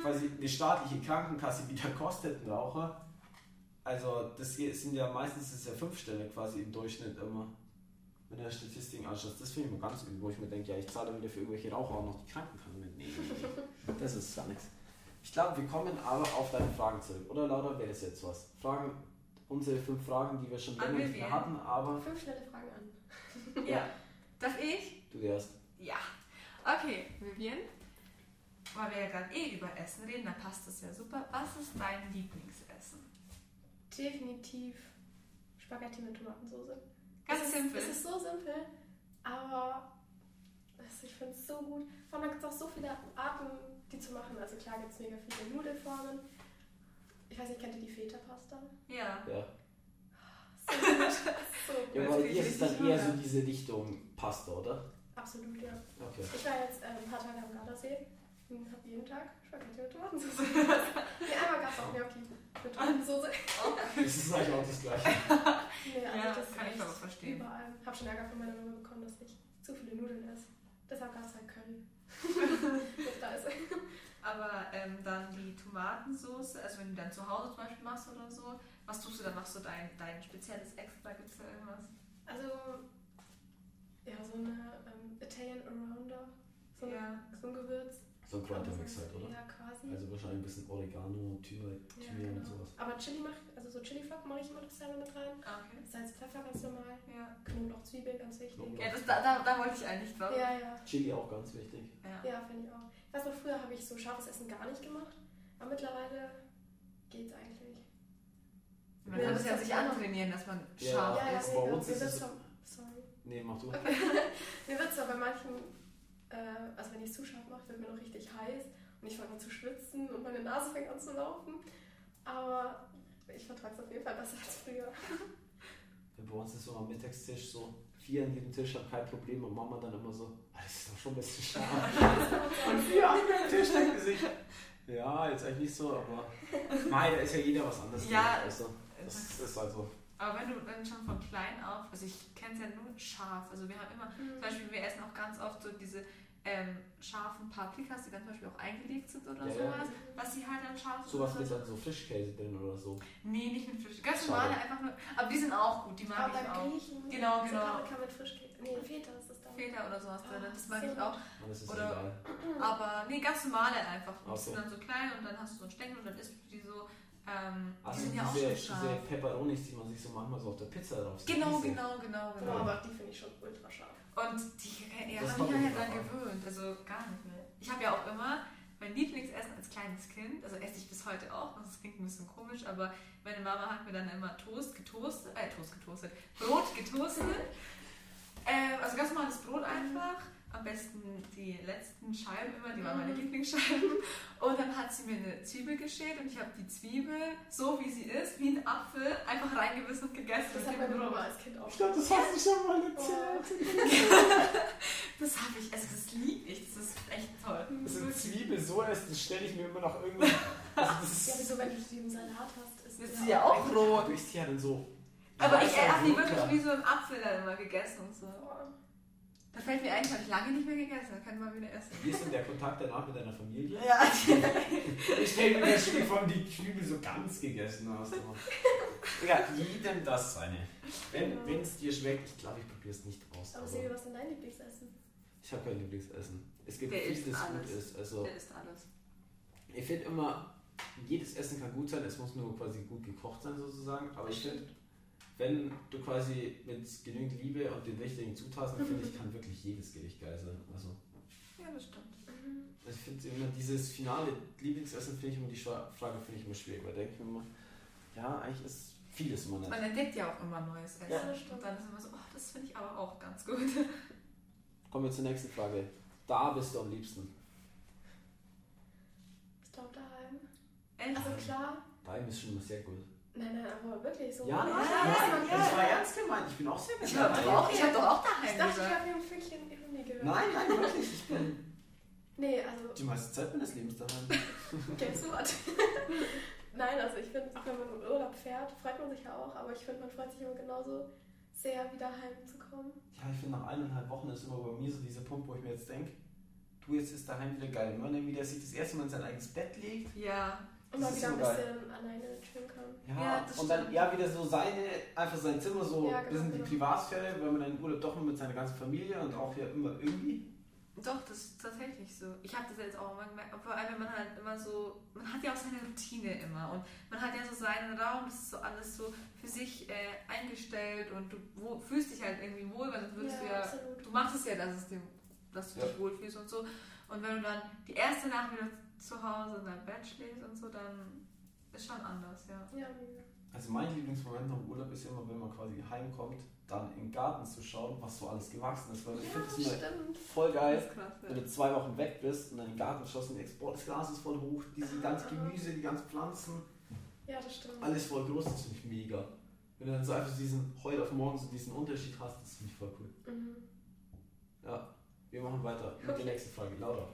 A: quasi eine staatliche Krankenkasse wieder kostet ein Raucher. Also das hier sind ja meistens das ist ja fünf Stellen quasi im Durchschnitt immer. Wenn du Statistiken anschaust, das finde ich immer ganz übel, wo ich mir denke, ja, ich zahle wieder für irgendwelche Raucher auch noch die Krankenkasse mit. Nee, nee, nee. das ist gar nichts. Ich glaube, wir kommen aber auf deine Fragen zurück. Oder Laura, wäre das jetzt was? Fragen, unsere fünf Fragen, die wir schon länger nicht mehr
B: Anwählen.
A: hatten, aber
C: Fünf schnelle Fragen an.
B: Ja. Darf ich?
A: du erst.
B: Ja. Okay, Vivian. Weil wir ja gerade eh über Essen reden, dann passt das ja super. Was ist dein Lieblingsessen?
C: Definitiv Spaghetti mit Tomatensauce.
B: Ganz
C: es ist,
B: simpel.
C: Es ist so simpel, aber es- ich finde es so gut. Vor allem gibt es auch so viele Arten, die zu machen. Also klar gibt es mega viele Nudelformen. Ich weiß nicht, kennt ihr die Feta-Pasta?
B: ja.
A: Ja.
C: So gut. so
A: Ja,
C: gut.
B: Jetzt
A: aber
B: krieg ich
A: hier ist
B: richtig
A: dann eher
B: Hunger.
A: so diese Richtung Pasta, oder?
C: Absolut, ja.
A: Okay.
C: Ich war jetzt äh, ein paar Tage am Gardasee und habe jeden Tag Spaghetti mit Tomatensauce. nee, einmal gab es auch Gnocchi mit Tomatensauce.
B: Oh.
A: Das ist eigentlich auch das Gleiche.
C: Nee, also
B: Ja,
C: das ist
B: kann ich
C: echt
B: aber verstehen.
C: Überall. Habe schon Ärger von meiner Mama bekommen, dass ich zu viele Nudeln esse. Deshalb gab es halt Curry. Mit Reis.
B: Aber ähm, dann die Tomatensauce, also wenn du dann zu Hause zum Beispiel machst oder so, was tust du dann? Machst du dein, dein spezielles Extra? Gibt es da irgendwas?
C: Also, ja, so eine ähm, Italian Arounder. So, eine,
B: Ja.
C: so ein Gewürz.
A: So ein Kräutermix halt, oder?
C: Ja, quasi.
A: Also wahrscheinlich ein bisschen Oregano, Thymian
C: ja, genau.
A: Thymian und sowas.
C: Aber Chili mache ich, also so Chili-Flocken mache ich immer noch selber mit rein.
B: Ah, Okay.
C: Salz, Pfeffer ganz normal.
B: Ja.
C: Knoblauch, Zwiebel, ganz wichtig.
B: Ja, das, da, da, da wollte ich eigentlich drauf.
C: Ja, ja.
A: Chili auch ganz wichtig.
B: Ja.
C: Ja, finde ich auch. Ich weiß noch, früher habe ich so scharfes Essen gar nicht gemacht, aber mittlerweile geht's eigentlich.
B: Man
C: Ja,
B: kann
C: das
B: es ja
C: ist
B: sich
C: ja-
B: antrainieren, dass man scharf
C: Ja, ja,
B: ist.
A: bei
C: mega.
A: uns
C: Mir
A: ist
C: wird's
A: es-
C: zwar- Sorry.
A: Nee, mach du.
C: Mir wird zwar bei manchen, äh, also wenn ich es zu scharf mache, wird mir noch richtig heiß und ich fange an zu schwitzen und meine Nase fängt an zu laufen, aber ich vertrage es auf jeden Fall besser als früher.
A: Ja, bei uns ist so am Mittagstisch so, vier an jedem Tisch haben kein Problem und Mama dann immer so, ah, das ist doch schon ein bisschen scharf. und vier an jedem Tisch denken sich, ja, jetzt eigentlich nicht so, aber nein, da ist ja jeder was anderes.
B: Ja.
A: gewöhnt, Also, das ist halt so.
B: Aber wenn du dann schon von klein auf, also ich kenne es ja nur scharf, also wir haben immer, zum Beispiel wir essen auch ganz oft so diese ähm, scharfen Paprikas, die dann zum Beispiel auch eingelegt sind oder
A: Ja, ja.
B: sowas, was sie halt dann scharf
A: Sowas
B: sind.
A: mit dann so Frischkäse drin oder so.
B: Nee, nicht mit Fisch, ganz
A: Schade.
B: normale einfach nur, aber die sind auch gut, die mag
C: aber
B: ich
C: beim
B: auch.
C: Griechen,
B: Genau,
C: so
B: genau.
C: Paprika mit Frischkäse, nee, Feta ist es dann.
B: Feta oder sowas drin, das
C: Ah,
B: mag
C: so
B: ich auch.
A: Und das ist
B: Oder-
A: egal.
B: Aber nee, ganz normale einfach. Die
A: Ach so.
B: sind dann so klein und dann hast du so einen Stängel und dann isst du die so. Ähm, die
A: Also
B: sind ja auch
A: diese,
B: schon
A: diese
B: scharf.
A: Peperonis, die man sich so manchmal so auf der Pizza drauf
B: Genau,
A: diese.
B: genau, genau,
C: Genau,
B: genau.
C: aber die finde ich schon ultra scharf.
B: Und die ja,
A: Das
B: haben
A: kommt
B: mich ja
A: nicht
B: dann
A: drauf an.
B: gewöhnt, also gar nicht mehr. Ich habe ja auch immer mein Lieblingsessen als kleines Kind, also esse ich bis heute auch, das klingt ein bisschen komisch, aber meine Mama hat mir dann immer Toast getoastet, äh, Toast getoastet, Brot getoastet. Ähm, also ganz normales Brot
C: Mhm.
B: einfach. Am besten die letzten Scheiben immer, die waren meine
C: Mhm.
B: Lieblingsscheiben. Und dann hat sie mir eine Zwiebel geschält und ich habe die Zwiebel, so wie sie ist, wie ein Apfel, einfach reingebissen und gegessen.
C: Das
B: mit
C: hat
B: dem
C: meine
B: Brot.
C: Mama als Kind auch
A: Ich glaube, das hast du schon mal Oh.
C: erzählt.
B: Das habe ich, also das liebe ich, das ist echt toll.
A: Das sind Zwiebeln, so erst, das stelle ich mir immer noch irgendwo. Also das
C: Ja,
A: ist,
C: wieso, wenn du sie im Salat hast, ist
B: Das
C: der
B: ist ja auch rot.
A: Du isst ja dann so.
B: Aber ich
A: Weißer
B: habe die
A: Zucker.
B: wirklich wie so einen Apfel dann immer gegessen und so. Da fällt mir ein, das habe ich lange nicht mehr gegessen, da kann man wieder essen.
A: Wie ist denn der Kontakt danach mit deiner Familie?
B: Ja,
A: Ich stelle mir das Spiel von die Zwiebel so ganz gegessen hast. Ja, jedem das seine.
C: Ja.
A: Wenn es dir schmeckt, ich glaube, ich probiere es nicht aus.
C: Aber
A: aber
C: Silvia, was ist denn dein Lieblingsessen?
A: ich habe kein Lieblingsessen. Es gibt
B: Der
A: viel,
B: isst
A: das gut
B: alles.
A: ist. Also,
B: der isst alles.
A: ich finde immer, jedes Essen kann gut sein, es muss nur quasi gut gekocht sein sozusagen. Aber ich finde, wenn du quasi mit genügend Liebe und den richtigen Zutaten, finde ich, kann wirklich jedes Gericht geil sein. Also,
B: Ja, das stimmt. Mhm.
A: ich finde immer dieses finale Lieblingsessen, finde ich immer die Schwa- Frage, finde ich immer schwierig, weil denke ich mir immer, ja, eigentlich ist vieles immer nett.
B: Man entdeckt ja Also, auch immer neues Essen.
C: Ja, das stimmt.
B: Und dann ist immer so, oh, das finde ich aber auch ganz gut.
A: Kommen wir zur nächsten Frage. Da bist du am liebsten.
C: Ich glaube daheim.
B: Echt?
C: Also klar,
A: Daheim ist schon immer sehr gut.
C: Nein, nein, aber wirklich so.
A: Ja, nein, nein, das war ernst gemeint. Ich bin auch sehr mit
B: Ich habe doch,
A: dabei.
B: auch- ich hab doch auch
C: Ich
B: daheim
C: dachte, ich
B: gesagt.
C: habe hier ein Fünkchen Ironie gehört.
A: Nein, nein, wirklich. Ich bin
C: Nee, also,
A: die meiste Zeit meines Lebens daheim.
C: guess what? nein, also ich finde, auch wenn man in Urlaub fährt, freut man sich ja auch, aber ich finde, man freut sich immer genauso sehr, wieder heimzukommen.
A: Ja, ich finde, nach eineinhalb Wochen ist immer bei mir so dieser Punkt, wo ich mir jetzt denke, du, jetzt ist daheim wieder geil. Wenn man dann wieder sich das erste Mal in sein eigenes Bett legt.
B: Ja,
A: Das
C: Und mal
A: ist
C: wieder ein
A: so geil.
C: bisschen alleine chillen kann.
A: Ja,
B: Ja, das
A: und dann
B: stimmt.
A: ja wieder so seine, einfach sein Zimmer, so
C: Ja,
A: ein bisschen
C: genau,
A: die
C: genau.
A: Privatsphäre, weil man dann im Urlaub doch immer mit seiner ganzen Familie und auch ja immer irgendwie.
B: doch, das ist tatsächlich so. Ich habe das jetzt auch immer gemerkt. Vor allem, wenn man halt immer so, man hat ja auch seine Routine immer und man hat ja so seinen Raum, das ist so alles so für sich äh, eingestellt und du wo, fühlst dich halt irgendwie wohl, weil sonst würdest du ja
C: absolut.
B: du machst es ja, dass, es dir, dass du
A: Ja.
B: dich wohlfühlst und so. Und wenn du dann die erste Nacht wieder zu Hause in deinem Bett schläfst und so, dann ist schon anders, ja.
C: Ja, mega.
A: Also mein Lieblingsmoment nach dem Urlaub ist immer, wenn man quasi heimkommt, dann im Garten zu schauen, was so alles gewachsen ist. Weil ich
C: ja
A: finde
C: das
A: das immer
C: stimmt.
A: voll geil.
B: Das ist krass,
A: wenn
B: ja.
A: du zwei Wochen weg bist und dann im Garten schaust und denkst, boah, das Gras ist voll hoch,
C: Ah.
A: diese ganze Gemüse, die ganzen Pflanzen,
C: Ja, das stimmt.
A: alles voll groß, das finde ich mega. Wenn du dann so einfach diesen, heute auf morgen so diesen Unterschied hast, das finde ich voll cool.
C: Mhm.
A: Ja, wir machen weiter mit der nächsten Frage. Laura.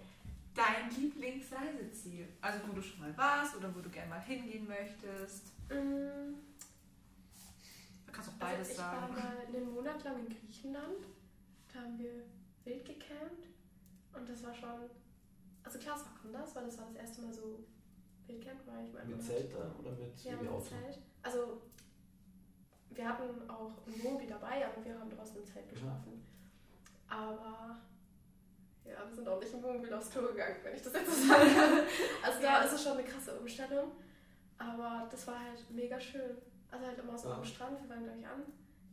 B: Dein Lieblingsreiseziel. Also wo du schon mal warst oder wo du gerne mal hingehen möchtest.
C: Mhm.
B: Du kannst auch beides
C: Also ich war
B: sagen.
C: mal einen Monat lang in Griechenland. Da haben wir wild gecampt. Und das war schon. Also klar, es war anders, weil das war das erste Mal so Wildcamp, weil ich meine.
A: Mit
C: man
A: Zelt dann oder mit
C: Hat, ja,
A: Babyauto?
C: mit Zelt. Also wir hatten auch ein Mobi dabei, aber wir haben draußen im Zelt geschlafen. Aber ja, wir sind auch nicht im Wohnmobil aufs Tour gegangen, wenn ich das jetzt so sage. Also da
B: Ja.
C: ist es schon eine krasse Umstellung. Aber das war halt mega schön. Also halt immer so
A: Ja.
C: am Strand, wir waren glaube ich an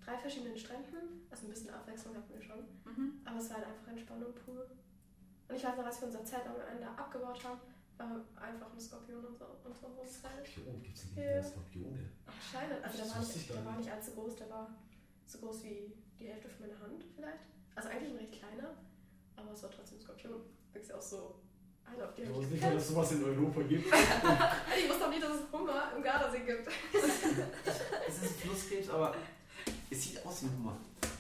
C: drei verschiedenen Stränden. Also ein bisschen Abwechslung hatten wir schon.
B: Mhm.
C: Aber es war halt einfach Entspannung pur. Und ich weiß noch, was wir unser Zelt am Ende abgebaut haben, war einfach ein Skorpion und so. Und so groß halt.
A: Skorpion, Oh, gibt es
C: Ja.
A: Skorpione?
C: Anscheinend. Also
A: Das
C: der war,
A: wusste ich
C: nicht,
A: gar
C: der war nicht allzu groß, der war so groß wie die Hälfte von meiner Hand vielleicht. Also eigentlich ein recht kleiner, aber es war trotzdem ein Skorpion. Denkst du auch so, Alter, auf die
A: Ich
C: hab ich
A: wusste nicht,
C: gepennt.
A: dass es sowas in Europa gibt.
C: Ey, Ich wusste auch nicht, dass es Hummer im Gardasee gibt.
A: es ist Flusskrebs, aber es sieht aus wie Hummer.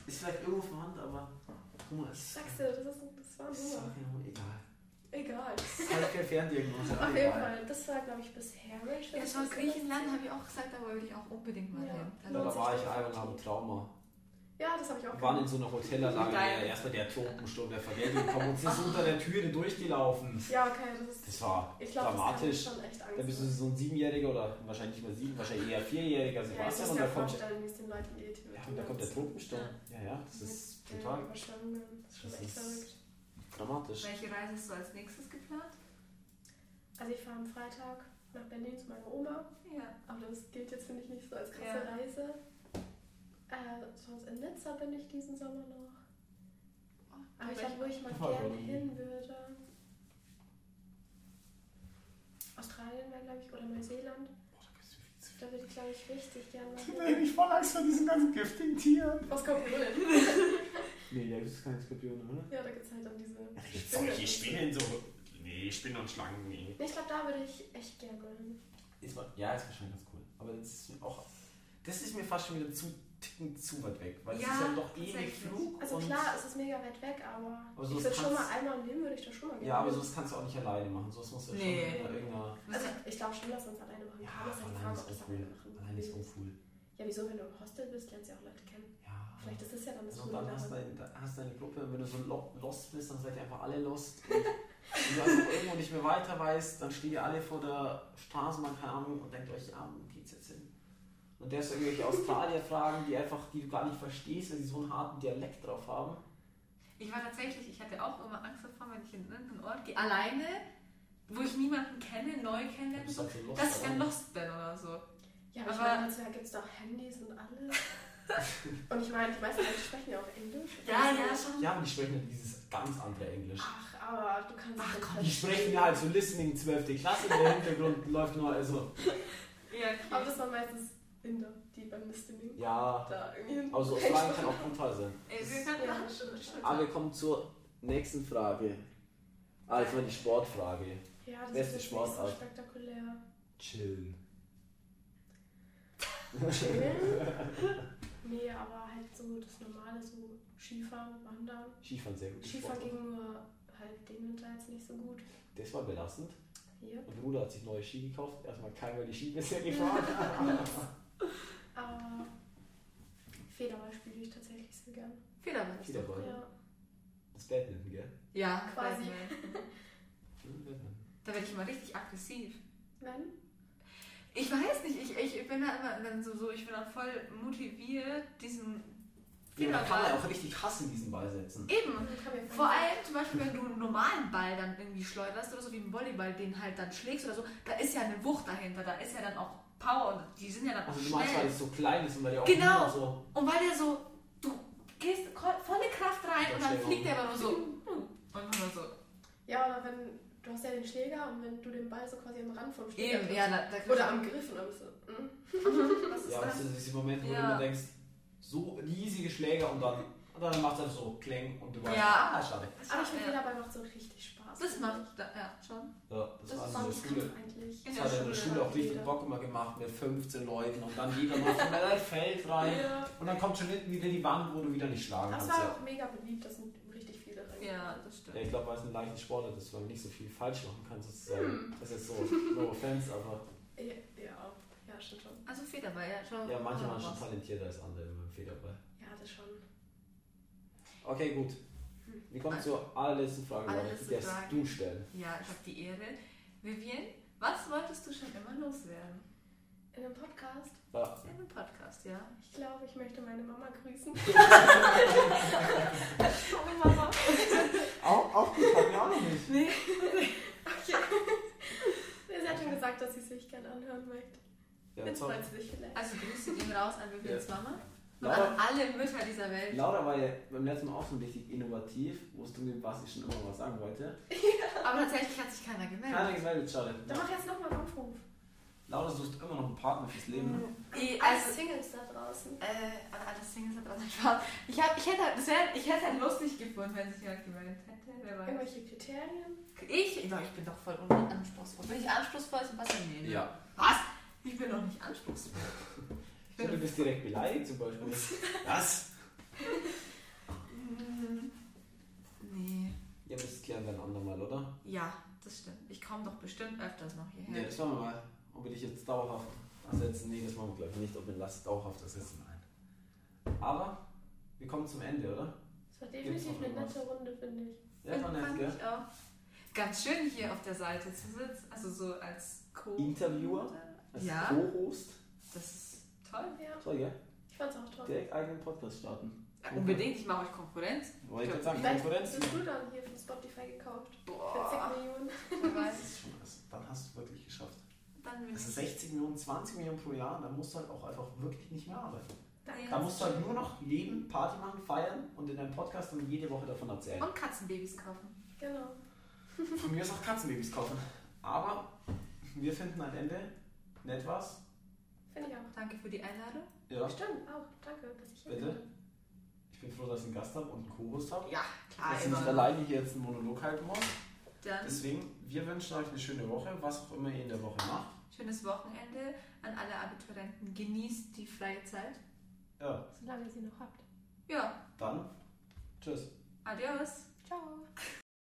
A: Ist vielleicht irgendwo verwandt, aber Hummer ist.
C: Sagst du, das, ist, das war ein
A: ist
C: Hummer.
A: Hummer. Egal.
C: Egal.
A: Das ist halt keine Ferndiagnose. aber
C: Auf jeden
A: egal.
C: Fall, das war, glaube ich, bisher mein
B: Ja,
C: schönstes
B: schon Griechenland
C: Urlaubsziel.
B: habe ich auch gesagt, da wollte ich auch unbedingt mal
C: Ja.
B: hin.
A: Ja,
B: Also,
A: da war ich einmal und habe ein Trauma.
C: Ja, das habe ich auch
A: Wir waren in
C: gemacht.
A: so einer Hotelanlage,
B: Geil.
A: der erstmal der Tropensturm, der Vergeltung gekommen und ist unter der Türe durchgelaufen.
C: Ja, okay, das ist.
A: Das war
C: Ich glaube, das kann
A: dramatisch.
C: schon echt
A: Da bist du
C: Angst.
A: so ein Siebenjähriger oder wahrscheinlich nicht mal sieben, wahrscheinlich eher Vierjähriger also
C: machen. Ja, ich
A: Sebastian
C: muss
A: und
C: mir
A: da kommt,
C: vorstellen, wie es den Leuten geht.
A: ja, und da kommt der Tropensturm. Ja, ja, das ist
C: total.
A: total
C: Überschwemmungen. Das ist schon
A: Das
C: echt
A: ist-
C: verrückt.
A: dramatisch.
B: welche Reise hast du als nächstes geplant?
C: Also, ich fahre am Freitag nach Berlin zu meiner Oma.
B: Ja.
C: Aber das gilt jetzt, finde ich, nicht so als krasse
B: Ja.
C: Reise. Äh, sonst in Nizza bin ich diesen Sommer noch. Aber ich glaube, wo ich mal
A: Voll
C: gerne
A: gut.
C: hin würde. Australien wäre, glaube ich, oder Neuseeland.
A: Boah, da gibt's viel zu
C: Da würde ich, glaube ich, richtig gerne mal
A: viel.
C: hin.
A: ich voll Angst vor diesen ganzen giftigen Tieren.
C: Was kommt denn?
A: Nee, da gibt es keine Skorpione, oder?
C: Ja, da gibt es halt dann diese.
A: Da gibt's
C: Spinnen.
A: solche Spinnen so. Nee, Spinnen und Schlangen, nee.
C: Nee, ich glaube, da würde ich echt gerne mal hin.
A: Ist, wa- ja, ist wahrscheinlich ganz cool. Aber das ist mir auch. Das ist mir fast schon wieder zu ticken zu weit weg. Weil es
B: Ja,
A: ist ja doch ewig
B: tatsächlich.
A: Flug.
C: Also
A: und
C: klar, es ist mega weit weg, aber,
A: Aber so
C: ich würde
A: kannst-
C: schon mal einmal im Leben würde ich da schon mal gerne
A: Ja, aber
C: hin.
A: sowas kannst du auch nicht alleine machen. Sowas musst du ja
B: Nee.
A: schon in irgendeiner.
C: Also ich glaube schon, dass man es alleine machen
A: Ja,
C: kann. Das ist halt die
A: alleine ist
C: Frage, ob das
A: uncool.
C: alleine machen
A: Allein ist
C: willst.
A: uncool.
C: Ja, wieso, wenn du im Hostel bist, lernst du ja auch Leute kennen.
A: Ja.
C: Vielleicht ist das ja dann das
A: Also
C: Coole
A: dann hast du
C: daran.
A: dein- da hast du deine Gruppe und wenn du so lo- lost bist, dann seid ihr einfach alle lost. Und wenn du also irgendwo nicht mehr weiter weißt, dann steht ihr alle vor der Straßenbahn, keine Ahnung, und denkt euch, ah, wo geht's jetzt hin? Und der ist irgendwelche Australier fragen, die einfach, die du gar nicht verstehst, weil sie so einen harten Dialekt drauf haben.
B: Ich war tatsächlich, ich hatte auch immer Angst davor, wenn ich in irgendeinen Ort gehe, alleine, wo ich niemanden kenne, neu
A: Dann
B: kennenlerne,
A: bist du
B: so,
A: halt so lost,
B: dass ich dann
A: aber-
B: lost bin oder so.
C: Ja, aber
B: Aber-
C: ich meine, heutzutage gibt es doch Handys und alles. und ich meine, die meisten Leute sprechen ja auch Englisch.
B: Ja, ja, schon.
A: Ja, aber die sprechen halt dieses ganz andere Englisch.
C: Ach, aber du kannst
B: Ach,
C: es nicht
B: komm,
A: Die sprechen ja halt so Listening 12. Klasse, der Hintergrund läuft nur, also,
B: Ja, okay.
C: Aber das waren meistens Inder, die beim Listening
A: ja.
C: da irgendwie hin.
A: Also Australien kann auch brutal sein.
B: Ey, wir können
C: Ja,
B: ja, schon, schon.
A: Aber Ah, wir kommen zur nächsten Frage. Also die Sportfrage.
C: Ja, das
A: Beste
C: ist jetzt nicht so
A: Sportart.
C: spektakulär.
A: Chillen.
C: chillen. nee, aber halt so das normale, so Skifahren, Wandern.
A: Skifahren sehr gut.
C: Skifahren
A: Sport.
C: ging nur halt den Winter jetzt nicht so gut.
A: Das war belastend.
C: Hier.
A: Mein Bruder hat sich neue Ski gekauft. Erstmal keinmal die Ski bisher gefahren.
C: Aber Federball spiele ich tatsächlich sehr gern.
B: Federball.
A: Wieder mal.
C: Ja.
A: Das Badminton, gell?
B: Ja,
C: Quasi.
B: quasi.
A: Hm, Badminton.
B: Da werde ich immer richtig aggressiv.
C: Nein?
B: Ich weiß nicht, ich, ich bin da immer dann so, so, ich bin dann voll motiviert, diesen
A: Ja, man kann ja
B: Federball.
A: auch richtig hassen, diesen Ball setzen.
B: Eben.
C: Kann mir
B: Vor allem zum Beispiel, wenn du einen normalen Ball dann irgendwie schleuderst oder so wie im Volleyball, den halt dann schlägst oder so, da ist ja eine Wucht dahinter, da ist ja dann auch Power und die sind ja dann auch
A: Also du meinst, weil
B: schnell.
A: es so klein ist und weil der auch
B: Genau.
A: immer so.
B: Und weil der so, du gehst ko- volle Kraft rein und dann
A: Überschlägung.
B: fliegt der aber so. Und immer so.
C: Ja, aber wenn du hast ja den Schläger und wenn du den Ball so quasi am Rand vom Schläger
B: Eben,
C: triffst.
B: ja, da, da
C: Oder am Griff und dann bist du. hm? Was ist
A: Ja, das
C: das?
A: ist diese Momente, wo
B: Ja.
A: du immer denkst, so riesige Schläger und dann, und dann macht es halt so Kling und du weißt,
B: Ja.
A: ah, schade.
C: Aber ich finde,
B: ja.
C: Federball macht so richtig Spaß.
B: Das macht, da, ja, schon.
A: Ja, das,
C: Das
A: war
C: ist
A: also in der Schule.
C: Kampf
B: In
C: eigentlich.
A: Das
B: der
A: hat in der
B: Schule.
A: Schule auch richtig
C: jeder.
A: Bock immer gemacht mit 15 Leuten und dann jeder macht schon mal ein Feld rein.
C: Ja.
A: Und dann kommt schon hinten wieder die Wand, wo du wieder nicht schlagen
C: Das
A: kannst.
C: war
A: Ja.
C: auch mega beliebt, das sind richtig viele rein.
B: Ja, das stimmt.
A: Ja, ich glaube, weil es ein leichten Sport ist, weil du nicht so viel falsch machen kannst, sozusagen.
B: Hm.
A: Das ist so, no offense, aber
C: Ja, ja, ja, stimmt schon.
B: Also Federball, ja, schon.
A: ja, manche
B: schon
A: waren schon
B: was.
A: talentierter als andere im Federball.
C: Ja, das schon.
A: Okay, gut. Wir kommen zur allerletzten Frage, Leute. Die
B: Allerletzte
A: darfst
B: Frage.
A: du stellen.
B: Ja, ich habe die Ehre. Vivian, was wolltest du schon immer loswerden?
C: In einem Podcast,
A: Ja.
B: In einem Podcast, ja?
C: ich glaube, ich möchte meine Mama grüßen.
B: Oh, Mama.
A: Auch, auch gut, haben wir auch noch nicht.
C: Sie hat schon gesagt, dass sie sich gerne anhören möchte.
A: Ja,
C: Jetzt
A: sorry.
C: freut sie sich vielleicht.
B: Also Grüße gehen raus an Vivians Mama und
A: Laura,
B: an alle Mütter dieser Welt.
A: Laura war ja beim letzten Mal auch schon richtig innovativ, wo es drum ging, was ich schon immer was sagen wollte.
B: Aber tatsächlich hat sich keiner
A: Keiner
B: gemeldet.
A: gemeldet, schade.
C: Dann mach jetzt nochmal einen Aufruf.
A: Laura sucht immer noch einen Partner fürs Leben. ne?
B: Ich,
C: Als
B: also,
C: Singles da draußen.
B: äh, an alle Singles hat draußen Spaß. Ich, hab, ich hätte das wär, ich hätte halt lustig gefunden, wenn sich jemand gemeldet hätte. Wer weiß.
C: Irgendwelche Kriterien?
B: Ich? Ich, ich bin doch voll unanspruchsvoll. Bin ich anspruchsvoll, Sebastian? Nee. ne?
A: Ja.
B: Was? Ich bin doch nicht anspruchsvoll. Ich
A: Du
B: bin
A: bist direkt beleidigt zum Beispiel. Was?
B: Mm, Nee.
A: Ja, das klären wir ein andermal, oder?
B: Ja, das stimmt. Ich komme doch bestimmt öfters noch hierher.
A: Nee, das machen wir mal. Ob wir dich jetzt dauerhaft ersetzen? Nee, das machen wir, glaube ich, nicht. Ob wir Last dauerhaft ersetzen? Nein. Aber wir kommen zum Ende, oder?
C: Das war
A: Gibt's
C: definitiv
A: noch
C: eine
A: irgendwas?
C: nette Runde, finde ich.
A: Ja, war nett,
B: fand
A: gell?
B: ich auch. Ganz schön hier auf der Seite zu sitzen. Also so als Co.
A: Interviewer? Als
B: Ja.
A: Co-Host.
B: Das ist toll.
C: Ja,
A: So, gell?
C: ich fand's auch toll.
A: Direkt eigenen Podcast starten.
B: Ja, unbedingt, ich mache euch Konkurrenz.
A: Wollte ich gerade sagen,
C: Vielleicht
A: Konkurrenz.
C: bist du dann hier von Spotify gekauft.
B: Boah.
C: 40 Millionen.
B: wer
A: Das
B: weiß.
A: ist schon was. Dann hast du es wirklich geschafft.
B: Dann bin
A: Das ist
B: ich.
A: 60 Millionen, 20 Millionen pro Jahr. und Dann musst du halt auch einfach wirklich nicht mehr arbeiten.
B: Nee.
A: Da musst du halt nur noch leben, Party machen, feiern und in deinem Podcast dann jede Woche davon erzählen.
B: Und Katzenbabys kaufen.
C: Genau.
A: Von mir aus auch Katzenbabys kaufen. Aber wir finden am Ende nett was.
C: Finde ich auch.
B: Danke für die Einladung.
A: Ja,
C: Stimmt, auch. Danke, dass ich hier
A: Bitte?
C: bin.
A: ich bin froh, dass ich einen Gast habe und einen Co-Host habe.
B: Ja, klar.
A: Dass ich nicht alleine hier jetzt einen Monolog halten muss.
B: Dann
A: Deswegen, wir wünschen euch eine schöne Woche, was auch immer ihr in der Woche macht.
B: schönes Wochenende an alle Abiturienten. Genießt die freie Zeit.
A: Ja,
C: Solange ihr sie noch habt.
B: Ja,
A: dann tschüss.
B: adios.
C: Ciao.